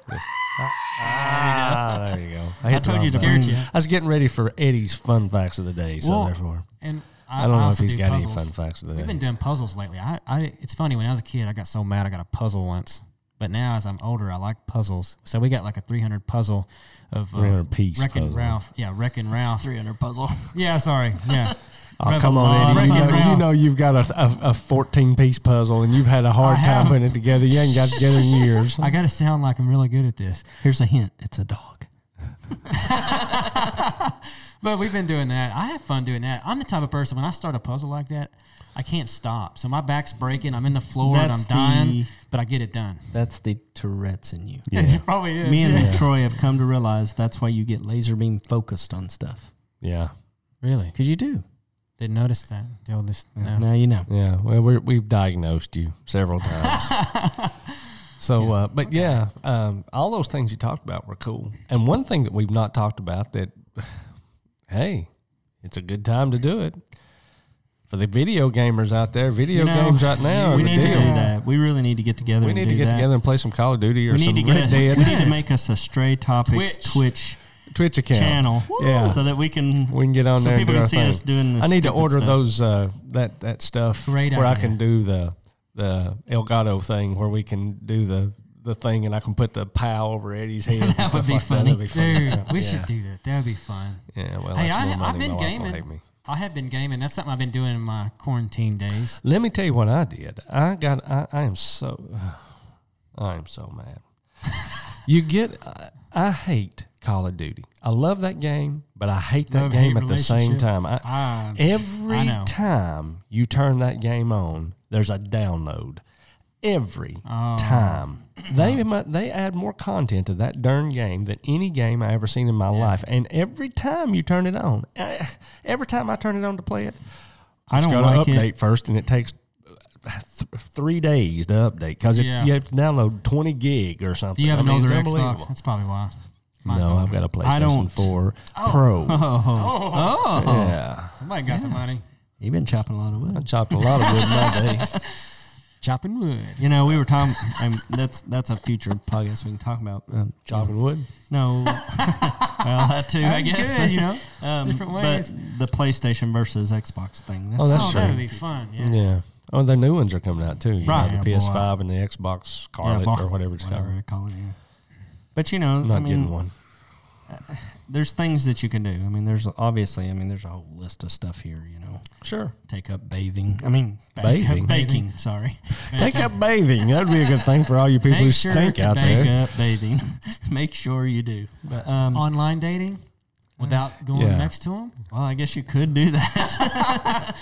Speaker 1: though. Yes. Ah, there you go. I, hit the
Speaker 2: told
Speaker 1: wrong
Speaker 2: you to
Speaker 1: button.
Speaker 2: bring you.
Speaker 1: I was getting ready for Eddie's fun facts of the day, so
Speaker 3: Well,
Speaker 1: therefore,
Speaker 3: and I,
Speaker 1: I don't know if
Speaker 3: also
Speaker 1: he's
Speaker 3: do
Speaker 1: got
Speaker 3: puzzles.
Speaker 1: any fun facts of the
Speaker 3: We've been
Speaker 1: day.
Speaker 3: doing puzzles lately. I, I, it's funny. When I was a kid, I got so mad I got a puzzle once. But now, as I'm older, I like puzzles. So we got like a 300 puzzle of uh,
Speaker 1: 300 piece
Speaker 3: Wreck and
Speaker 1: puzzle.
Speaker 3: Ralph. Yeah, Wreck and Ralph.
Speaker 2: 300 puzzle.
Speaker 3: Yeah, sorry. Yeah.
Speaker 1: Oh,
Speaker 3: Rev
Speaker 1: come
Speaker 2: uh,
Speaker 3: a
Speaker 1: on,
Speaker 3: lot
Speaker 1: Eddie.
Speaker 3: of
Speaker 1: You know,
Speaker 3: puzzles.
Speaker 1: you know you've got a, a, a 14 piece puzzle and you've had a hard
Speaker 3: I
Speaker 1: time
Speaker 3: have.
Speaker 1: putting it together. You ain't got it together in years.
Speaker 3: I got to sound like I'm really good at this.
Speaker 2: Here's a hint it's a dog.
Speaker 3: But we've been doing that. I have fun doing that. I'm the type of person when I start a puzzle like that, I can't stop. So my back's breaking. I'm in the floor
Speaker 2: That's
Speaker 3: and I'm dying,
Speaker 2: the-
Speaker 3: but I get it done.
Speaker 2: That's the Tourette's in you.
Speaker 1: Yeah.
Speaker 3: It probably is.
Speaker 2: Me and
Speaker 3: yeah.
Speaker 2: Troy have come to realize that's why you get laser beam focused on stuff.
Speaker 1: Yeah.
Speaker 3: Really?
Speaker 2: Because you do.
Speaker 3: Didn't notice that. The oldest. No.
Speaker 2: Now you know.
Speaker 1: Yeah. Well, we're, we've diagnosed you several times. so, uh, but yeah, um, all those things you talked about were cool. And one thing that we've not talked about that, hey, it's a good time to do it. For the video gamers out there, video
Speaker 2: You know,
Speaker 1: games right now are
Speaker 2: We
Speaker 1: the
Speaker 2: need to
Speaker 1: deal.
Speaker 2: do that. We really need to get together.
Speaker 1: We
Speaker 2: and
Speaker 1: need to
Speaker 2: do
Speaker 1: get
Speaker 2: that.
Speaker 1: together and play some Call of Duty or
Speaker 2: We
Speaker 1: some
Speaker 2: need to
Speaker 1: Red
Speaker 2: get. A,
Speaker 1: Dead
Speaker 2: we need to make us a stray topics
Speaker 3: Twitch.
Speaker 2: Twitch,
Speaker 1: Twitch account.
Speaker 2: channel,
Speaker 1: Yeah.
Speaker 2: so that we can.
Speaker 1: We can get on
Speaker 2: so
Speaker 1: there. and
Speaker 2: people
Speaker 1: do
Speaker 2: can
Speaker 1: our
Speaker 2: see
Speaker 1: thing.
Speaker 2: us doing. This
Speaker 1: I need to
Speaker 2: stupid
Speaker 1: order
Speaker 2: stuff.
Speaker 1: those uh, that that stuff
Speaker 3: Hmm. Great
Speaker 1: where I
Speaker 3: idea.
Speaker 1: can do the the Elgato thing where we can do the the thing and I can put the pow over Eddie's head. and
Speaker 2: That
Speaker 1: stuff
Speaker 2: would be
Speaker 1: like
Speaker 2: funny.
Speaker 1: That. That'd be funny.
Speaker 3: Dude, we
Speaker 1: Yeah.
Speaker 3: should do that. That would be fun.
Speaker 1: Yeah, well,
Speaker 3: Hey,
Speaker 1: that's
Speaker 3: I-
Speaker 1: more
Speaker 3: I've
Speaker 1: money.
Speaker 3: been
Speaker 1: My wife will
Speaker 3: gaming.
Speaker 1: hate me.
Speaker 3: I have been gaming. That's something I've been doing in my quarantine days.
Speaker 1: Let me tell you what I did. I got. I, I am so. I am so mad. you get. I, I hate Call of Duty. I love that game, but I hate that
Speaker 3: Love-hate
Speaker 1: game at the same
Speaker 3: relationship.
Speaker 1: time. I,
Speaker 3: I, I
Speaker 1: Every
Speaker 3: know.
Speaker 1: time you turn that game on, there's a download. Every
Speaker 3: Oh.
Speaker 1: time they mu- they add more content to that darn game than any game I ever seen in my life. And every time you turn it on, eh, every time I turn it on to play it,
Speaker 2: I
Speaker 1: it's
Speaker 2: don't
Speaker 1: got
Speaker 2: like
Speaker 1: to update
Speaker 2: it.
Speaker 1: first, and it takes uh, th- three days to update because
Speaker 3: Yeah.
Speaker 1: you have to download twenty gig or
Speaker 3: Do
Speaker 1: something.
Speaker 3: you have
Speaker 1: I
Speaker 3: an
Speaker 1: mean,
Speaker 3: older
Speaker 1: it's
Speaker 3: Xbox?
Speaker 1: unbelievable.
Speaker 3: That's probably why. Mine's
Speaker 1: No, I've
Speaker 3: older.
Speaker 1: got a PlayStation
Speaker 2: I don't.
Speaker 1: Four Pro.
Speaker 2: Oh, oh,
Speaker 1: Yeah,
Speaker 3: Somebody got the money.
Speaker 2: you've been chopping a lot of
Speaker 1: I
Speaker 2: wood.
Speaker 1: chopped a lot of wood in my day.
Speaker 3: Chopping wood.
Speaker 2: You know, we were talking. um, that's that's a future podcast we can talk about. Um,
Speaker 1: Chopping wood.
Speaker 2: No, well that too, I
Speaker 3: That'd be
Speaker 2: guess.
Speaker 3: good,
Speaker 2: but,
Speaker 3: you know,
Speaker 2: um,
Speaker 3: different ways.
Speaker 2: But the PlayStation versus Xbox thing. That's,
Speaker 1: Oh, that's
Speaker 3: oh,
Speaker 1: true.
Speaker 3: that would be fun. Yeah.
Speaker 1: Yeah. Oh, the new ones are coming out too. You know,
Speaker 3: Right.
Speaker 1: the
Speaker 3: Yeah,
Speaker 1: PS5 and the Xbox Scarlet
Speaker 3: boy.
Speaker 1: or whatever it's
Speaker 2: whatever
Speaker 1: called.
Speaker 2: I call it. Yeah. But you know,
Speaker 1: I'm not
Speaker 2: I mean,
Speaker 1: getting one.
Speaker 2: there's things that you can do. I mean, there's obviously, I mean, there's a whole list of stuff here. You know,
Speaker 1: Sure.
Speaker 2: take up bathing. I mean, ba-
Speaker 1: Bathing?
Speaker 2: baking. Sorry,
Speaker 1: Take up bathing. That'd be a good thing for all you people who
Speaker 3: Make sure
Speaker 1: stink
Speaker 3: to
Speaker 1: out
Speaker 3: bake
Speaker 2: take
Speaker 1: there.
Speaker 2: up bathing. Make sure you do. But um,
Speaker 3: Online dating without going
Speaker 1: Yeah.
Speaker 3: next to him.
Speaker 2: well, I guess you could do that.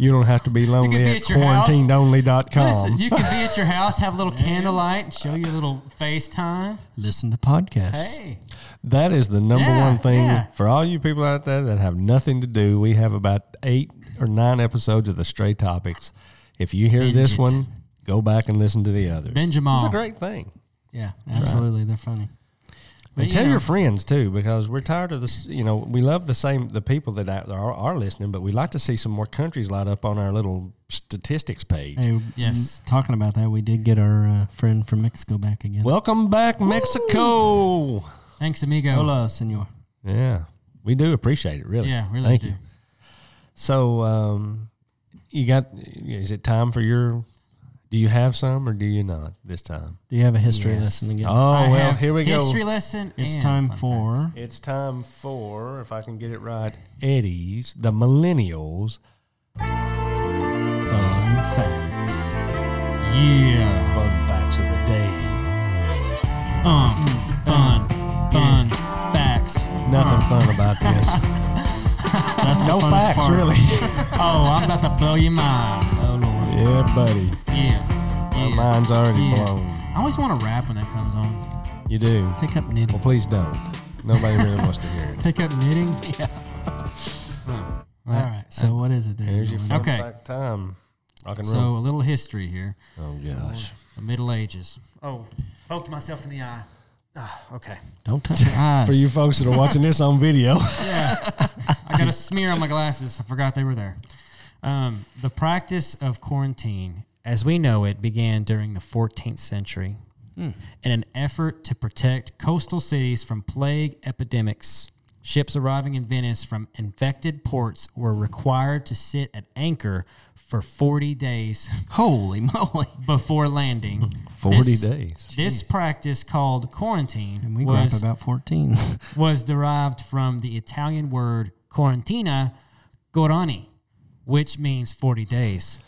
Speaker 1: You don't have to be lonely
Speaker 3: be
Speaker 1: at
Speaker 3: at your house. Listen,
Speaker 1: quarantinedonly.com.
Speaker 3: you could be at your house, have a little candlelight, show you a little FaceTime.
Speaker 2: Listen to podcasts.
Speaker 3: Hey,
Speaker 1: That is the number
Speaker 3: Yeah,
Speaker 1: one thing
Speaker 3: yeah.
Speaker 1: for all you people out there that have nothing to do. We have about eight or nine episodes of the Stray Topics. If you hear
Speaker 3: Binge
Speaker 1: this
Speaker 3: it.
Speaker 1: one, go back and listen to the others. It's a
Speaker 3: Benjamin.
Speaker 1: great thing.
Speaker 2: Yeah, absolutely. They're funny. But
Speaker 1: and
Speaker 2: you
Speaker 1: tell
Speaker 2: know-
Speaker 1: your friends too, because we're tired of this. You know, we love the same the people that out there are, are listening, but we like to see some more countries light up on our little statistics page.
Speaker 2: Hey,
Speaker 3: Yes.
Speaker 2: m- Talking about that, we did get our uh, friend from Mexico back again.
Speaker 1: Welcome back, Mexico.
Speaker 3: Thanks, amigo.
Speaker 2: Hola, senor.
Speaker 1: Yeah, we do appreciate it, really.
Speaker 3: Yeah, really
Speaker 1: Thank
Speaker 3: do.
Speaker 1: you. So um, you got? Is it time for your? Do you have some or do you not this time?
Speaker 2: Do you have a history
Speaker 3: Yes.
Speaker 2: lesson to get?
Speaker 1: Oh
Speaker 3: I
Speaker 1: well,
Speaker 3: have
Speaker 1: here we go.
Speaker 3: History lesson.
Speaker 2: it's
Speaker 3: and
Speaker 2: time
Speaker 3: fun
Speaker 2: for.
Speaker 3: facts.
Speaker 1: It's time for, if I can get it right, Eddie's the Millennials
Speaker 2: Fun facts.
Speaker 3: yeah.
Speaker 1: Fun Facts of the Day. Mm,
Speaker 3: Um, fun, fun facts.
Speaker 1: Nothing fun about this.
Speaker 2: That's
Speaker 1: no
Speaker 2: the funnest
Speaker 1: facts,
Speaker 2: part.
Speaker 1: really.
Speaker 3: Oh, I'm about to blow your mind.
Speaker 2: Oh Lord.
Speaker 1: yeah, buddy.
Speaker 3: Yeah.
Speaker 1: My
Speaker 3: yeah.
Speaker 1: mind's already
Speaker 3: Yeah.
Speaker 1: blown.
Speaker 3: I always want to rap when that comes on.
Speaker 1: You do.
Speaker 2: Pick up
Speaker 1: Well,
Speaker 2: knitting.
Speaker 1: please don't. Nobody really wants to hear it.
Speaker 3: Take up knitting.
Speaker 2: All right.
Speaker 3: Uh,
Speaker 2: So what is it there?
Speaker 1: Here's your
Speaker 2: Jordan?
Speaker 1: fun
Speaker 3: Okay.
Speaker 1: fact time. Rock and
Speaker 3: So
Speaker 1: roll.
Speaker 3: a little history here.
Speaker 1: oh gosh.
Speaker 3: The Middle Ages. Oh, poked myself in the eye. Ah, okay.
Speaker 2: Don't touch your eyes.
Speaker 1: For you folks that are watching this on video,
Speaker 3: I got a smear on my glasses. I forgot they were there. Um, the practice of quarantine, as we know it, began during the 14th century in an effort to protect coastal cities from plague epidemics. Ships arriving in Venice from infected ports were required to sit at anchor for 40 days
Speaker 2: Holy moly!
Speaker 3: before landing.
Speaker 1: forty
Speaker 3: This-
Speaker 1: days.
Speaker 3: This practice called quarantine
Speaker 2: And we grew up
Speaker 3: was
Speaker 2: about fourteen.
Speaker 3: was derived from the Italian word quarantina, gorani, which means 40 days.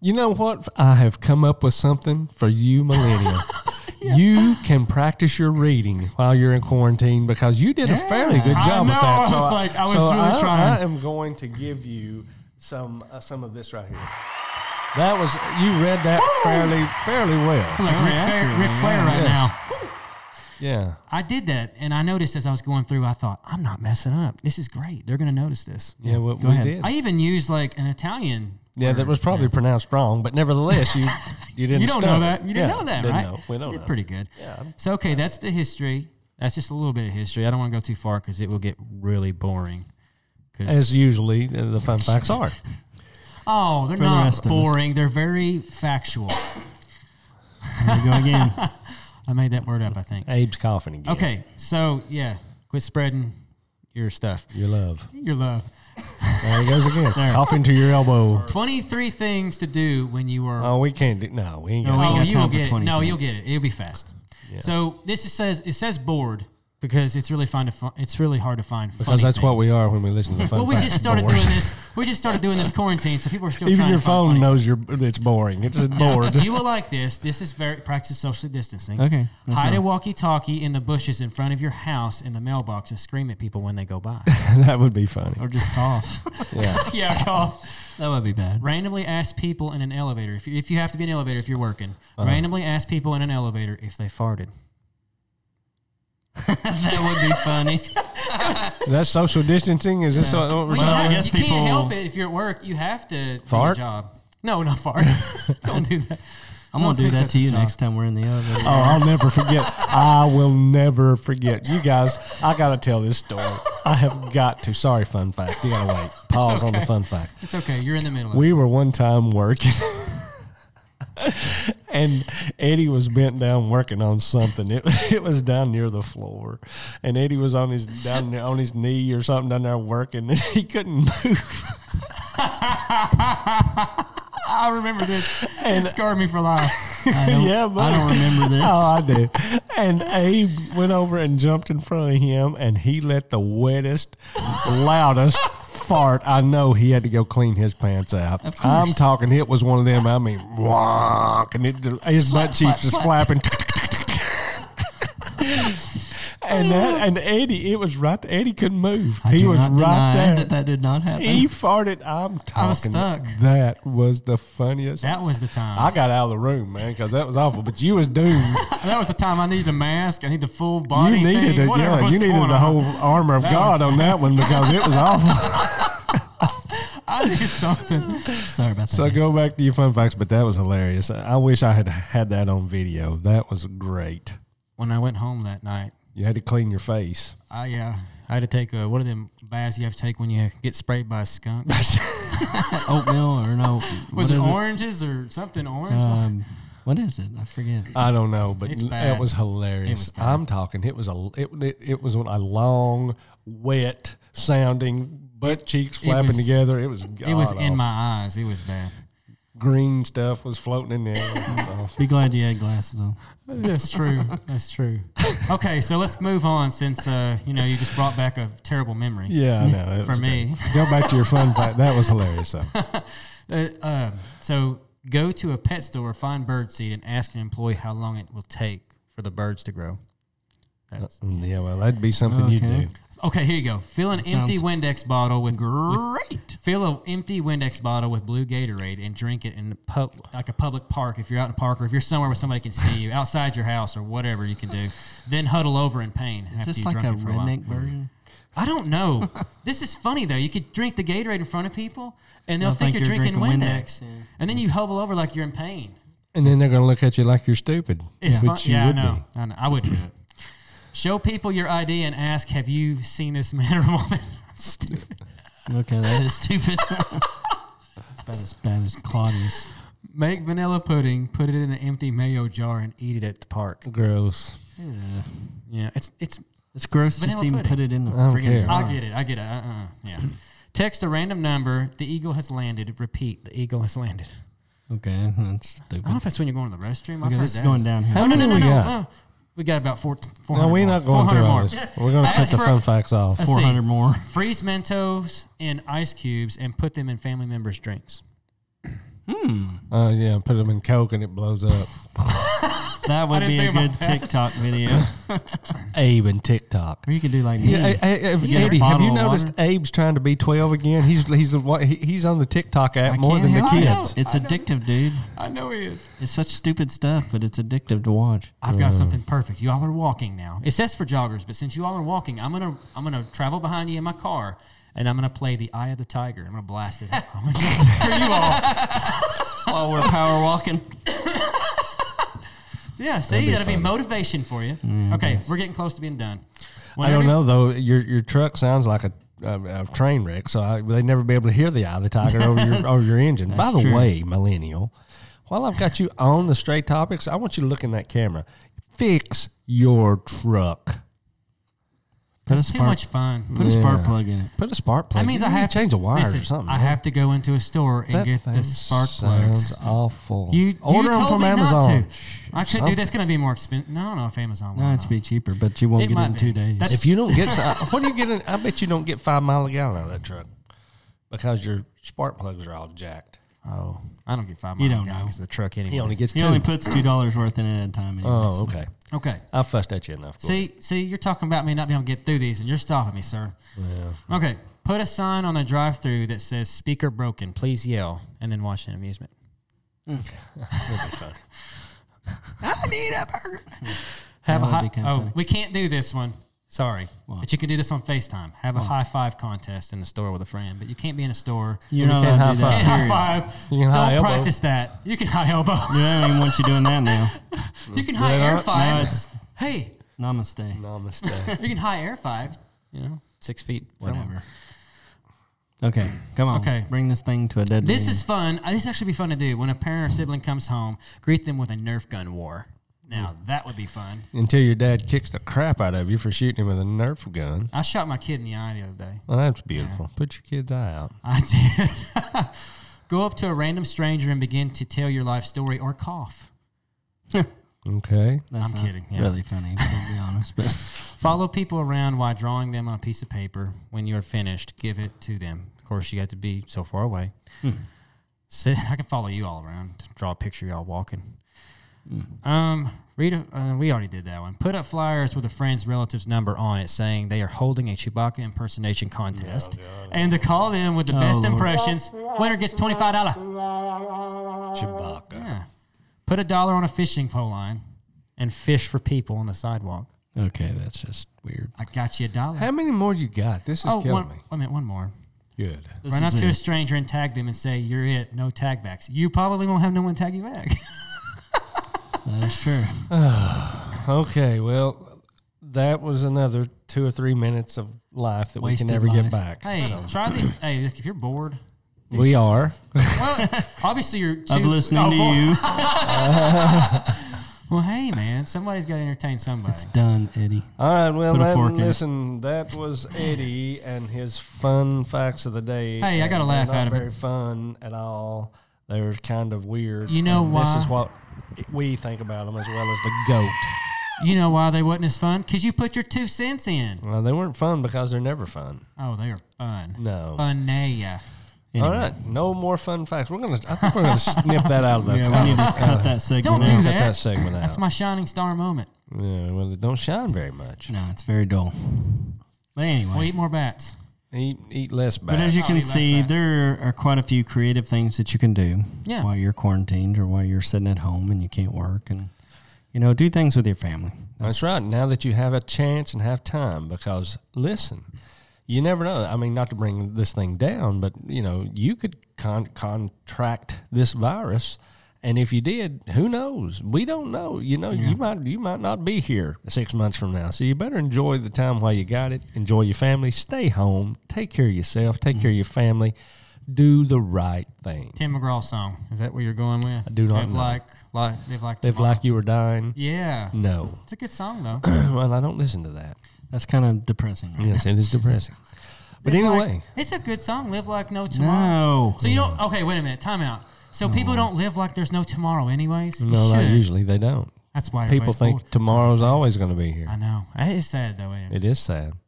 Speaker 1: You know what? I have come up with something for you, millennial. You can practice your reading while you're in quarantine because you did a fairly good
Speaker 3: I
Speaker 1: job with
Speaker 3: know,
Speaker 1: that.
Speaker 3: I was like- I was
Speaker 1: so
Speaker 3: really
Speaker 1: I,
Speaker 3: trying.
Speaker 1: I am going to give you some uh, some of this right here. That was you read that fairly fairly well.
Speaker 3: Like Ric Flair,
Speaker 2: accurately,
Speaker 3: Ric Flair
Speaker 2: yeah.
Speaker 3: right
Speaker 1: Yes.
Speaker 3: now.
Speaker 1: Yeah.
Speaker 3: I did that, and I noticed as I was going through, I thought, I'm not messing up. This is great. They're going to notice this.
Speaker 1: Yeah, well,
Speaker 2: Go
Speaker 1: we
Speaker 2: ahead.
Speaker 1: did.
Speaker 3: I even used like an Italian.
Speaker 1: yeah, that was probably pronounced wrong, but nevertheless, you you didn't.
Speaker 3: You don't know
Speaker 1: stop
Speaker 3: that.
Speaker 1: it.
Speaker 3: You didn't
Speaker 1: Yeah,
Speaker 3: know that,
Speaker 1: didn't
Speaker 3: right?
Speaker 1: Know. We don't
Speaker 3: did
Speaker 1: know.
Speaker 3: pretty good.
Speaker 1: Yeah.
Speaker 3: So, okay, that's the history. That's just a little bit of history. I don't want to go too far because it will get really boring. 'Cause-
Speaker 1: As usually, uh, the fun facts are.
Speaker 3: oh, they're
Speaker 2: the
Speaker 3: not
Speaker 2: rest of us.
Speaker 3: boring. They're very factual.
Speaker 2: There we go again.
Speaker 3: I made that word up, I think.
Speaker 1: Abe's coughing again.
Speaker 3: Okay, so yeah, quit spreading your stuff,
Speaker 1: Your love.
Speaker 3: your love.
Speaker 1: There he goes again. Coughing to your elbow.
Speaker 3: Twenty-three things to do when you are.
Speaker 1: Oh, we can't do. No, we ain't
Speaker 2: No,
Speaker 1: got.
Speaker 2: we ain't
Speaker 3: oh,
Speaker 2: got
Speaker 3: you
Speaker 2: time
Speaker 3: will
Speaker 2: for
Speaker 3: get it. No,
Speaker 2: 23.
Speaker 3: you'll get it. It'll be fast. So this is says it says bored because it's really fun to fi- it's really hard to find
Speaker 1: Because that's what we are when we listen to the fun
Speaker 3: Well, we
Speaker 1: facts.
Speaker 3: just started
Speaker 1: Bored.
Speaker 3: doing this. We just started doing this quarantine, so people are still.
Speaker 1: Even
Speaker 3: trying
Speaker 1: your
Speaker 3: to find
Speaker 1: phone
Speaker 3: funny
Speaker 1: knows you're. It's boring. It's bored.
Speaker 3: stuff. You will like this. This is very practice social distancing.
Speaker 2: Okay, that's
Speaker 3: Hide a
Speaker 2: fine.
Speaker 3: walkie-talkie in the bushes in front of your house in the mailbox and scream at people when they go by.
Speaker 1: that would be funny.
Speaker 2: or just cough.
Speaker 1: Yeah.
Speaker 3: yeah, call.
Speaker 2: That would be bad.
Speaker 3: randomly ask people in an elevator if you, if you have to be in an elevator if you're working
Speaker 2: Uh-huh.
Speaker 3: randomly ask people in an elevator if they farted
Speaker 2: That would be funny.
Speaker 1: That's social distancing. Is this what we're
Speaker 3: well,
Speaker 1: talking?
Speaker 2: I
Speaker 3: you,
Speaker 2: guess
Speaker 3: you can't
Speaker 2: people-
Speaker 3: help it if you're at work you have to do
Speaker 1: Fart?
Speaker 3: your job no not fart don't do that
Speaker 2: I'm gonna
Speaker 3: Don't
Speaker 2: do
Speaker 3: think
Speaker 2: that
Speaker 3: that's
Speaker 2: to
Speaker 3: a
Speaker 2: you
Speaker 3: job.
Speaker 2: next time we're in the elevator.
Speaker 1: Oh, I'll never forget. I will never forget. You guys, I gotta tell this story. I have got to. Sorry, fun fact. You gotta wait. Pause on the
Speaker 3: okay.
Speaker 1: fun fact.
Speaker 3: it's okay you're in the middle of it
Speaker 1: We were one time working. And Eddie was bent down working on something. It, it was down near the floor, and Eddie was on his down there, on his knee or something down there working, and he couldn't move.
Speaker 3: i remember this it scarred me for life Uh,
Speaker 2: I don't,
Speaker 1: Yeah,
Speaker 2: I
Speaker 1: but-
Speaker 2: don't remember this.
Speaker 1: Oh, I do. And Abe went over and jumped in front of him, and he let the wettest, loudest fart. I know he had to go clean his pants out.
Speaker 2: Of course.
Speaker 1: I'm talking. It was one of them. I mean, wonk, and it, his butt cheeks was flapping. And that, and Eddie, it was right. Eddie couldn't move.
Speaker 2: Oh, I
Speaker 1: he
Speaker 2: do
Speaker 1: was
Speaker 2: not
Speaker 1: right
Speaker 2: deny
Speaker 1: there.
Speaker 2: That that did not happen.
Speaker 1: he farted. I'm talking.
Speaker 3: was stuck.
Speaker 1: That was the funniest.
Speaker 3: that was the time
Speaker 1: I got out of the room, man, because that was awful. But you was doomed.
Speaker 3: that was the time i needed a mask i need the full body
Speaker 1: you needed
Speaker 3: thing,
Speaker 1: it,
Speaker 3: whatever
Speaker 1: yeah,
Speaker 3: was
Speaker 1: you needed
Speaker 3: going
Speaker 1: the whole
Speaker 3: on.
Speaker 1: armor of
Speaker 3: That
Speaker 1: God on that one because it was awful.
Speaker 3: i need something
Speaker 2: Sorry about that.
Speaker 1: so go back to your fun facts, but that was hilarious. I wish I had had that on video. That was great.
Speaker 3: when i went home that night
Speaker 1: You had to clean your face.
Speaker 3: I yeah, I had to take a, what are them baths you have to take when you get sprayed by a skunk?
Speaker 2: oatmeal or no?
Speaker 3: Was
Speaker 2: what
Speaker 3: it
Speaker 2: is
Speaker 3: oranges or something orange?
Speaker 1: Uh,
Speaker 2: Um, what is it? I forget.
Speaker 1: I don't know, but
Speaker 3: It's
Speaker 1: it
Speaker 3: bad.
Speaker 1: was hilarious.
Speaker 3: It was bad.
Speaker 1: I'm talking. It was a it, it, it was a long, wet sounding butt cheeks
Speaker 3: it
Speaker 1: flapping
Speaker 3: was-
Speaker 1: together. It was
Speaker 3: It was
Speaker 1: god
Speaker 3: in
Speaker 1: awful.
Speaker 3: my eyes. It was bad.
Speaker 1: green stuff was floating in there. Oh.
Speaker 2: Be glad you had glasses on.
Speaker 3: That's true. That's true. Okay, so let's move on since uh, you know you just brought back a terrible memory
Speaker 1: yeah, I know. it
Speaker 3: for
Speaker 1: was
Speaker 3: me.
Speaker 1: great. Go back to your fun fact. That was hilarious. Though.
Speaker 3: Uh, uh, so go to a pet store, find bird seed, and ask an employee how long it will take for the birds to grow. That's,
Speaker 1: Mm, Yeah, well, that'd be something
Speaker 2: Okay.
Speaker 1: you'd do.
Speaker 3: okay, here you go. Fill an empty
Speaker 2: sounds
Speaker 3: Windex bottle with with-
Speaker 2: Great.
Speaker 3: Fill an empty Windex bottle with blue Gatorade and drink it in the pub, like a public park. If you're out in a park or if you're somewhere where somebody can see you, outside your house or whatever you can do, then huddle over in pain
Speaker 2: Is
Speaker 3: after
Speaker 2: this
Speaker 3: you
Speaker 2: like
Speaker 3: drink
Speaker 2: a
Speaker 3: it for a while.
Speaker 2: redneck version?
Speaker 3: I don't know. this is funny though. You could drink the Gatorade in front of people, and they'll, think, you're, drinking, Windex,
Speaker 2: Windex, yeah.
Speaker 3: and then you huddle over like you're in pain.
Speaker 1: And then they're going to look at you like you're stupid,
Speaker 3: It's fun.
Speaker 1: which you
Speaker 3: Yeah, I
Speaker 1: would
Speaker 3: know. I know. I would do it. Show people your ID and ask, "Have you seen this man or woman?" Stupid.
Speaker 2: Okay, that is stupid. it's about as bad as Claudius.
Speaker 3: Make vanilla pudding, put it in an empty mayo jar, and eat it at the park.
Speaker 1: be. Gross.
Speaker 2: Yeah.
Speaker 3: Yeah, it's it's.
Speaker 2: It's gross
Speaker 3: Vanilla
Speaker 2: just even
Speaker 3: pudding.
Speaker 2: put it in the
Speaker 1: I don't
Speaker 2: freaking
Speaker 1: care.
Speaker 2: jar.
Speaker 3: I get it. I get it. Uh-uh. Yeah. Text a random number. The eagle has landed. Repeat. The eagle has landed.
Speaker 2: Okay, that's
Speaker 3: I don't know
Speaker 2: stupid.
Speaker 3: if that's when you're going to the restroom. I've
Speaker 2: Okay,
Speaker 3: heard
Speaker 2: this is
Speaker 3: that.
Speaker 2: going downhill.
Speaker 1: How
Speaker 3: Oh, no,
Speaker 1: many
Speaker 3: no,
Speaker 1: we
Speaker 3: no, no.
Speaker 1: got?
Speaker 3: Uh, we got about four,
Speaker 1: No,
Speaker 3: 400
Speaker 1: we're
Speaker 3: more.
Speaker 1: not going
Speaker 3: 400
Speaker 1: through all
Speaker 3: more.
Speaker 1: this. We're going to
Speaker 3: Ask
Speaker 1: cut the
Speaker 3: for-
Speaker 1: fun facts off.
Speaker 3: Let's see.
Speaker 2: 400 more.
Speaker 3: Freeze Mentos and ice cubes and put them in family members' drinks.
Speaker 1: Uh, yeah, put them in Coke and it blows up.
Speaker 2: That would
Speaker 3: didn't
Speaker 2: be a
Speaker 3: think about
Speaker 2: good TikTok video.
Speaker 1: Abe and TikTok.
Speaker 2: or you could do like me.
Speaker 1: Yeah, I- I- I-
Speaker 2: You got a
Speaker 1: Andy, have
Speaker 2: bottle
Speaker 1: you
Speaker 2: of
Speaker 1: noticed Abe's trying to be 12 again? He's he's the one- he- he's on the TikTok app
Speaker 2: I
Speaker 1: more than
Speaker 2: can't
Speaker 1: the
Speaker 2: help it.
Speaker 1: kids.
Speaker 2: It's addictive, dude.
Speaker 3: I know he is.
Speaker 2: It's such stupid stuff, but it's addictive to watch.
Speaker 3: I've got
Speaker 1: Mm.
Speaker 3: something perfect. Y'all are walking now. It says for joggers, but since you all are walking, I'm gonna I'm gonna travel behind you in my car, and I'm gonna play the Eye of the Tiger. I'm gonna blast it Oh I'm gonna- for you all.
Speaker 2: While we're power walking.
Speaker 3: Yeah, see, that'll be, motivation for you. okay, we're getting close to being done.
Speaker 1: I don't know though. Your your truck sounds like a, a, a train wreck, so I, they'd never be able to hear the eye of the tiger over your over your engine. By the
Speaker 2: true.
Speaker 1: way, millennial, while I've got you on the straight topics, I want you to look in that camera. Fix your truck.
Speaker 3: That's
Speaker 2: a
Speaker 3: too
Speaker 2: spark-
Speaker 3: much fun.
Speaker 2: Put a spark plug in it.
Speaker 1: Put a spark plug.
Speaker 3: That
Speaker 1: Mm.
Speaker 3: means
Speaker 1: You
Speaker 3: I
Speaker 1: need to
Speaker 3: have
Speaker 1: change
Speaker 3: to
Speaker 1: the wires
Speaker 3: listen,
Speaker 1: or something.
Speaker 3: I have to go into a store and
Speaker 1: That
Speaker 3: get
Speaker 1: thing
Speaker 3: the spark plugs.
Speaker 1: sounds Awful.
Speaker 3: You
Speaker 1: order
Speaker 3: you
Speaker 1: them
Speaker 3: told
Speaker 1: from
Speaker 3: me
Speaker 1: Amazon.
Speaker 3: Not to. I could do. That's going to be more expensive. No, I don't know if Amazon. will
Speaker 2: No,
Speaker 3: or
Speaker 2: it's
Speaker 3: not.
Speaker 2: be cheaper, but you won't
Speaker 3: It
Speaker 2: get it
Speaker 3: might
Speaker 2: in
Speaker 3: be.
Speaker 2: two days.
Speaker 3: That's-
Speaker 1: If you don't get, some- uh, what do you get? In, I bet you don't get five mile a gallon out of that truck because your spark plugs are all jacked.
Speaker 3: Oh, I don't get five.
Speaker 2: You
Speaker 3: mile
Speaker 2: don't
Speaker 3: an hour
Speaker 2: know.
Speaker 3: because the truck anyway.
Speaker 1: He only gets
Speaker 2: he
Speaker 1: two.
Speaker 2: only puts two dollars worth in it at a time. Anyway,
Speaker 1: oh,
Speaker 2: so-
Speaker 1: okay.
Speaker 3: Okay.
Speaker 1: I fussed at you enough. Gordon.
Speaker 3: See, see, you're talking about me not being able to get through these, and you're stopping me, sir. Okay. Put a sign on the drive-through that says "Speaker broken. Please yell," and then watch an amusement.
Speaker 2: Hmm.
Speaker 3: I need a burger.
Speaker 2: That
Speaker 3: Have a
Speaker 2: would
Speaker 3: high.
Speaker 2: be kinda
Speaker 3: Oh,
Speaker 2: funny.
Speaker 3: we can't do this one. Sorry, but you can do this on Facetime. Have a high five contest in the store with a friend, but you can't be in a store.
Speaker 2: You're not
Speaker 1: can't
Speaker 2: allowed to do
Speaker 1: high
Speaker 2: that.
Speaker 3: You can't high
Speaker 2: uh, period.
Speaker 3: five.
Speaker 1: You can
Speaker 3: Don't
Speaker 1: high elbow.
Speaker 3: practice that. You can high elbow.
Speaker 2: You don't even want you doing that now.
Speaker 3: You can high air
Speaker 1: not?
Speaker 2: No,
Speaker 3: five.
Speaker 2: it's
Speaker 3: hey,
Speaker 2: namaste.
Speaker 1: Namaste.
Speaker 3: you can high air five. You know, six feet. from him.
Speaker 2: Whatever. Okay, come on.
Speaker 3: Okay.
Speaker 2: bring this thing to a dead.
Speaker 3: This
Speaker 2: end.
Speaker 3: is fun. Uh, This actually be fun to do. When a parent or sibling comes home, greet them with a Nerf gun war. Now
Speaker 2: Mm.
Speaker 3: that would be fun.
Speaker 1: Until your dad kicks the crap out of you for shooting him with a Nerf gun.
Speaker 3: I shot my kid in the eye the other day.
Speaker 1: Well, that's beautiful. Put your kid's eye out.
Speaker 3: I did. Go up to a random stranger and begin to tell your life story or cough.
Speaker 1: Okay.
Speaker 2: That's
Speaker 3: I'm
Speaker 2: not
Speaker 3: kidding, yeah.
Speaker 2: Really funny, to be honest. But
Speaker 3: Follow people around while drawing them on a piece of paper. When you're finished, give it to them. Of course, you got to be so far away. Sit, I can follow you all around. Draw a picture of y'all walking. Um, read. A, uh, we already did that one. Put up flyers with a friend's relative's number on it, saying they are holding a Chewbacca impersonation contest, and to call them with the best
Speaker 2: Lord.
Speaker 3: impressions. Winner gets twenty five dollar.
Speaker 1: Chewbacca.
Speaker 3: Yeah. Put a dollar on a fishing pole line, and fish for people on the sidewalk.
Speaker 2: okay, that's just weird.
Speaker 3: I got you a dollar.
Speaker 1: How many more you got? This is
Speaker 3: oh,
Speaker 1: killing
Speaker 3: one,
Speaker 1: me.
Speaker 3: wait a minute, one more.
Speaker 1: Good.
Speaker 2: This
Speaker 3: Run
Speaker 2: is
Speaker 3: up to a
Speaker 2: it.
Speaker 3: stranger and tag them and say, You're it, no tag backs. You probably won't have no one tag you back.
Speaker 2: That is true.
Speaker 1: Okay. Well, that was another two or three minutes of life that
Speaker 2: Wasted
Speaker 1: we can never
Speaker 2: life.
Speaker 1: get back.
Speaker 3: hey, try these. Hey, look, if you're bored,
Speaker 1: we are.
Speaker 3: well, obviously you're too.
Speaker 2: Of listening
Speaker 3: oh, boy.
Speaker 2: to you,
Speaker 3: Well, hey, man, somebody's got to entertain somebody.
Speaker 2: It's done, Eddie.
Speaker 1: All right, well,
Speaker 2: Put a
Speaker 1: then,
Speaker 2: fork in it.
Speaker 1: listen, that was Eddie and his fun facts of the day.
Speaker 3: Hey, I got a
Speaker 1: And
Speaker 3: laugh
Speaker 1: they're not
Speaker 3: out of it.
Speaker 1: very fun at all. They're kind of weird.
Speaker 3: You know
Speaker 1: and This is what
Speaker 3: why?
Speaker 1: we think about them as well as the goat.
Speaker 3: You know why they wasn't as fun? Because you put your two cents in.
Speaker 1: Well, they weren't fun because they're never fun.
Speaker 3: Oh, they are fun.
Speaker 1: No.
Speaker 3: Funaya.
Speaker 1: All right, no more fun facts. We're gonna. I think we're gonna snip that out of the.
Speaker 2: Yeah, we need to cut that segment
Speaker 3: Don't
Speaker 1: Cut
Speaker 3: do
Speaker 2: out.
Speaker 3: that.
Speaker 1: that segment out.
Speaker 3: That's my shining star moment.
Speaker 1: yeah, well, it don't shine very much.
Speaker 2: No, it's very dull. But anyway.
Speaker 3: We'll eat more bats.
Speaker 1: Eat, eat less bad.
Speaker 2: But as you
Speaker 3: Oh,
Speaker 2: can
Speaker 3: yeah, that's
Speaker 2: see,
Speaker 3: facts.
Speaker 2: there are quite a few creative things that you can do
Speaker 3: Yeah.
Speaker 2: while you're quarantined or while you're sitting at home and you can't work and you know, do things with your family.
Speaker 1: That's right. Now that you have a chance and have time, because listen, you never know. I mean, not to bring this thing down, but you know, you could con- contract this virus, and if you did, who knows? We don't know. You know, you might you might not be here six months from now. So you better enjoy the time while you got it. Enjoy your family. Stay home. Take care of yourself. Take
Speaker 3: Mm-hmm.
Speaker 1: care of your family. Do the right thing.
Speaker 3: Tim McGraw song. Is that where you're going with? I
Speaker 1: do not
Speaker 3: Live
Speaker 1: know.
Speaker 3: like, like, live like,
Speaker 1: Live
Speaker 3: tomorrow.
Speaker 1: like you were dying.
Speaker 3: Yeah.
Speaker 1: No.
Speaker 3: It's a good song though.
Speaker 1: well, I don't listen to that.
Speaker 2: That's kind of depressing. right?
Speaker 1: Yes, it is depressing. But
Speaker 3: Live like-
Speaker 1: anyway.
Speaker 3: it's a good song. Live like no tomorrow.
Speaker 2: No.
Speaker 3: So you don't. Okay, wait a minute. Time out. So people don't live like there's no tomorrow, anyways. You
Speaker 1: No, not
Speaker 3: should.
Speaker 1: usually they don't.
Speaker 3: That's why
Speaker 1: People
Speaker 3: everybody's
Speaker 1: think
Speaker 3: bored.
Speaker 1: tomorrow's always going to be
Speaker 3: I
Speaker 1: here.
Speaker 3: know. It is sad though. Isn't
Speaker 1: It
Speaker 3: it?
Speaker 1: is sad.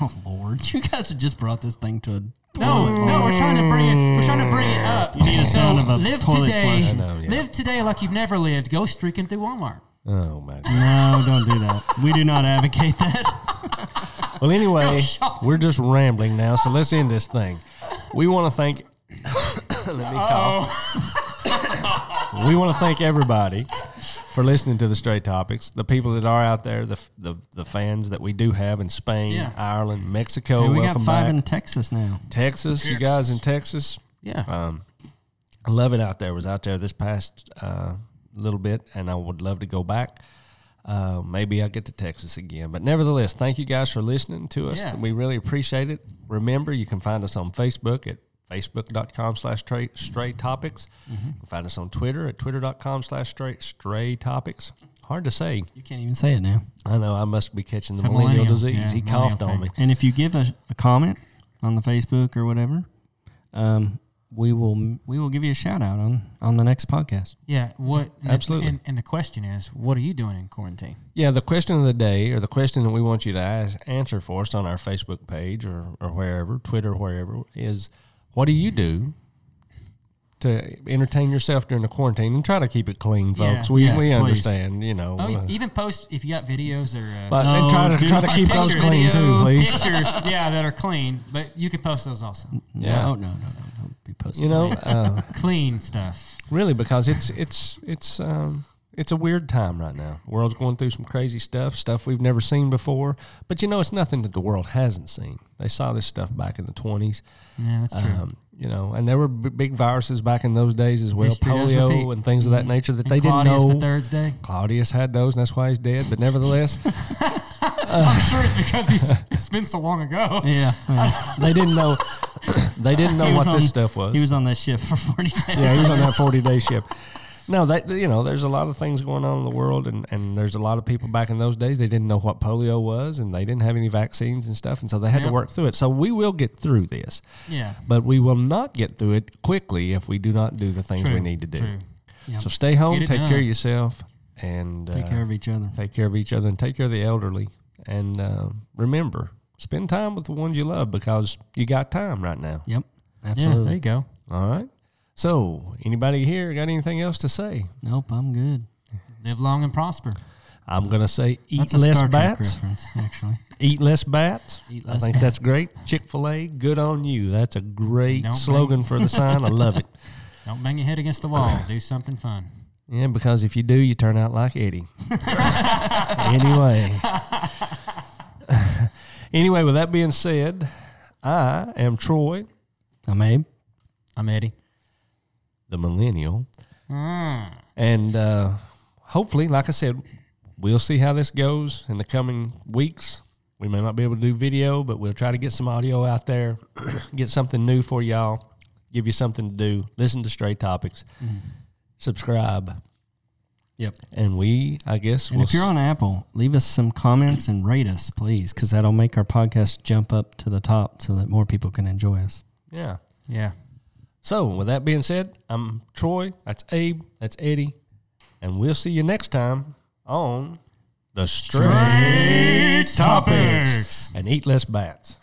Speaker 2: Oh Lord, you guys have just brought this thing to a
Speaker 3: No, no, we're trying to bring it. We're trying to bring it up. You
Speaker 2: need a sound of a
Speaker 3: live
Speaker 2: toilet
Speaker 3: today.
Speaker 2: flush. I
Speaker 1: know, yeah.
Speaker 3: Live today like you've never lived. Go streaking through Walmart.
Speaker 1: Oh my god.
Speaker 2: No, don't do that. We do not advocate that.
Speaker 1: Well, anyway,
Speaker 3: shut
Speaker 1: we're just rambling now, so let's end this thing. We want to thank. let me cough. we want to thank everybody for listening to the Straight Topics. The people that are out there, the the, the fans that we do have in Spain,
Speaker 3: Yeah.
Speaker 1: Ireland, Mexico.
Speaker 2: we got
Speaker 1: Oh, welcome
Speaker 2: five
Speaker 1: back.
Speaker 2: in Texas now.
Speaker 1: Texas, you guys in Texas.
Speaker 3: Yeah.
Speaker 1: Um, I love it out there. Was out there this past uh, little bit, and I would love to go back. Uh, maybe I'll get to Texas again. But nevertheless, thank you guys for listening to us.
Speaker 3: Yeah.
Speaker 1: We really appreciate it. Remember, you can find us on Facebook at facebook.com slash tra- stray topics.
Speaker 3: Mm-hmm.
Speaker 1: You can find us on Twitter at twitter.com slash stray, stray topics. Hard to say.
Speaker 2: You can't even say it now.
Speaker 1: I know I must be catching the
Speaker 3: It's a
Speaker 1: millennial,
Speaker 3: millennial.
Speaker 1: disease.
Speaker 3: Yeah,
Speaker 1: he coughed
Speaker 3: millennial
Speaker 1: on me.
Speaker 2: And if you give a, a comment on the Facebook or whatever, um, we will we will give you a shout out on on the next podcast.
Speaker 3: Yeah. What? and the-
Speaker 1: Absolutely.
Speaker 3: And, and the question is, what are you doing in quarantine?
Speaker 1: Yeah, the question of the day or the question that we want you to ask, answer for us on our Facebook page or, or wherever, Twitter, wherever, is what do you do to entertain yourself during the quarantine? And try to keep it clean,
Speaker 3: Yeah.
Speaker 1: folks. we
Speaker 2: Yes,
Speaker 1: we
Speaker 2: please.
Speaker 1: understand, you know.
Speaker 3: Oh,
Speaker 1: uh,
Speaker 3: even post if you got videos or uh,
Speaker 1: but and try
Speaker 2: No,
Speaker 1: to
Speaker 2: dude.
Speaker 1: try to keep those
Speaker 3: Pictures,
Speaker 1: clean too,
Speaker 2: videos.
Speaker 1: please.
Speaker 3: pictures. yeah, that are clean, but you could post those also.
Speaker 1: Yeah.
Speaker 2: No, no, no, no, don't be posting.
Speaker 1: You know, uh,
Speaker 3: Clean stuff.
Speaker 1: really, because it's it's it's um, it's a weird time right now. world's going through some crazy stuff, stuff we've never seen before. But you know, it's nothing that the world hasn't seen. They saw this stuff back in the twenties.
Speaker 3: Yeah, that's true.
Speaker 1: Um, you know, and there were b- big viruses back in those days as well,
Speaker 3: History does repeat.
Speaker 1: polio and things of that nature that
Speaker 3: Mm-hmm. And
Speaker 1: they
Speaker 3: Claudius
Speaker 1: didn't know.
Speaker 3: the Third's day.
Speaker 1: Claudius had those, and that's why he's dead. But nevertheless, Uh.
Speaker 3: I'm sure it's because he's, it's been so long ago.
Speaker 2: Yeah,
Speaker 1: they didn't know. They didn't know
Speaker 2: He was
Speaker 1: what this
Speaker 2: on-
Speaker 1: stuff was.
Speaker 2: he was on that ship for forty days.
Speaker 1: yeah, he was on that forty day ship. No, that you know, there's a lot of things going on in the world, and, and there's a lot of people back in those days. They didn't know what polio was, and they didn't have any vaccines and stuff, and so they had
Speaker 3: Yeah.
Speaker 1: to work through it. So we will get through this,
Speaker 3: Yeah.
Speaker 1: but we will not get through it quickly if we do not do the things
Speaker 3: True,
Speaker 1: we need to do.
Speaker 3: True.
Speaker 2: Yeah.
Speaker 1: So stay home,
Speaker 3: Get it
Speaker 1: take
Speaker 3: done.
Speaker 1: care of yourself, and
Speaker 2: Take
Speaker 1: uh,
Speaker 2: care of each other.
Speaker 1: take care of each other, and take care of the elderly. And uh, remember, spend time with the ones you love because you got time right now.
Speaker 2: Yep,
Speaker 3: Yeah,
Speaker 2: absolutely.
Speaker 3: there you go.
Speaker 1: All right. So, anybody here got anything else to say?
Speaker 2: Nope, I'm good.
Speaker 3: Live long and prosper.
Speaker 1: I'm gonna say eat
Speaker 2: That's a
Speaker 1: less
Speaker 2: Star Trek
Speaker 1: bats.
Speaker 2: reference, actually.
Speaker 1: Eat less bats.
Speaker 2: Eat
Speaker 1: I
Speaker 2: less
Speaker 1: think that's great. Chick Fil A, good on you. That's a great
Speaker 3: Don't
Speaker 1: slogan for the sign. I love it.
Speaker 3: Don't bang your head against the wall. Do something fun.
Speaker 1: Yeah, because if you do, you turn out like Eddie. anyway. anyway, with that being said, I am Troy,
Speaker 2: I'm Abe.
Speaker 3: I'm Eddie.
Speaker 1: the millennial.
Speaker 2: Hmm.
Speaker 1: And uh, hopefully, like I said, we'll see how this goes in the coming weeks. We may not be able to do video, but we'll try to get some audio out there, get something new for y'all, give you something to do. Listen to Straight Topics, subscribe,
Speaker 2: Mm-hmm. Yep.
Speaker 1: And we, I guess,
Speaker 2: And
Speaker 1: will
Speaker 2: if you're on Apple, leave us some comments and rate us, please, because that'll make our podcast jump up to the top so that more people can enjoy us.
Speaker 1: s- yeah.
Speaker 3: Yeah.
Speaker 1: So with that being said, I'm Troy. That's Abe. That's Eddie, and we'll see you next time on the Straight Topics and eat less bats.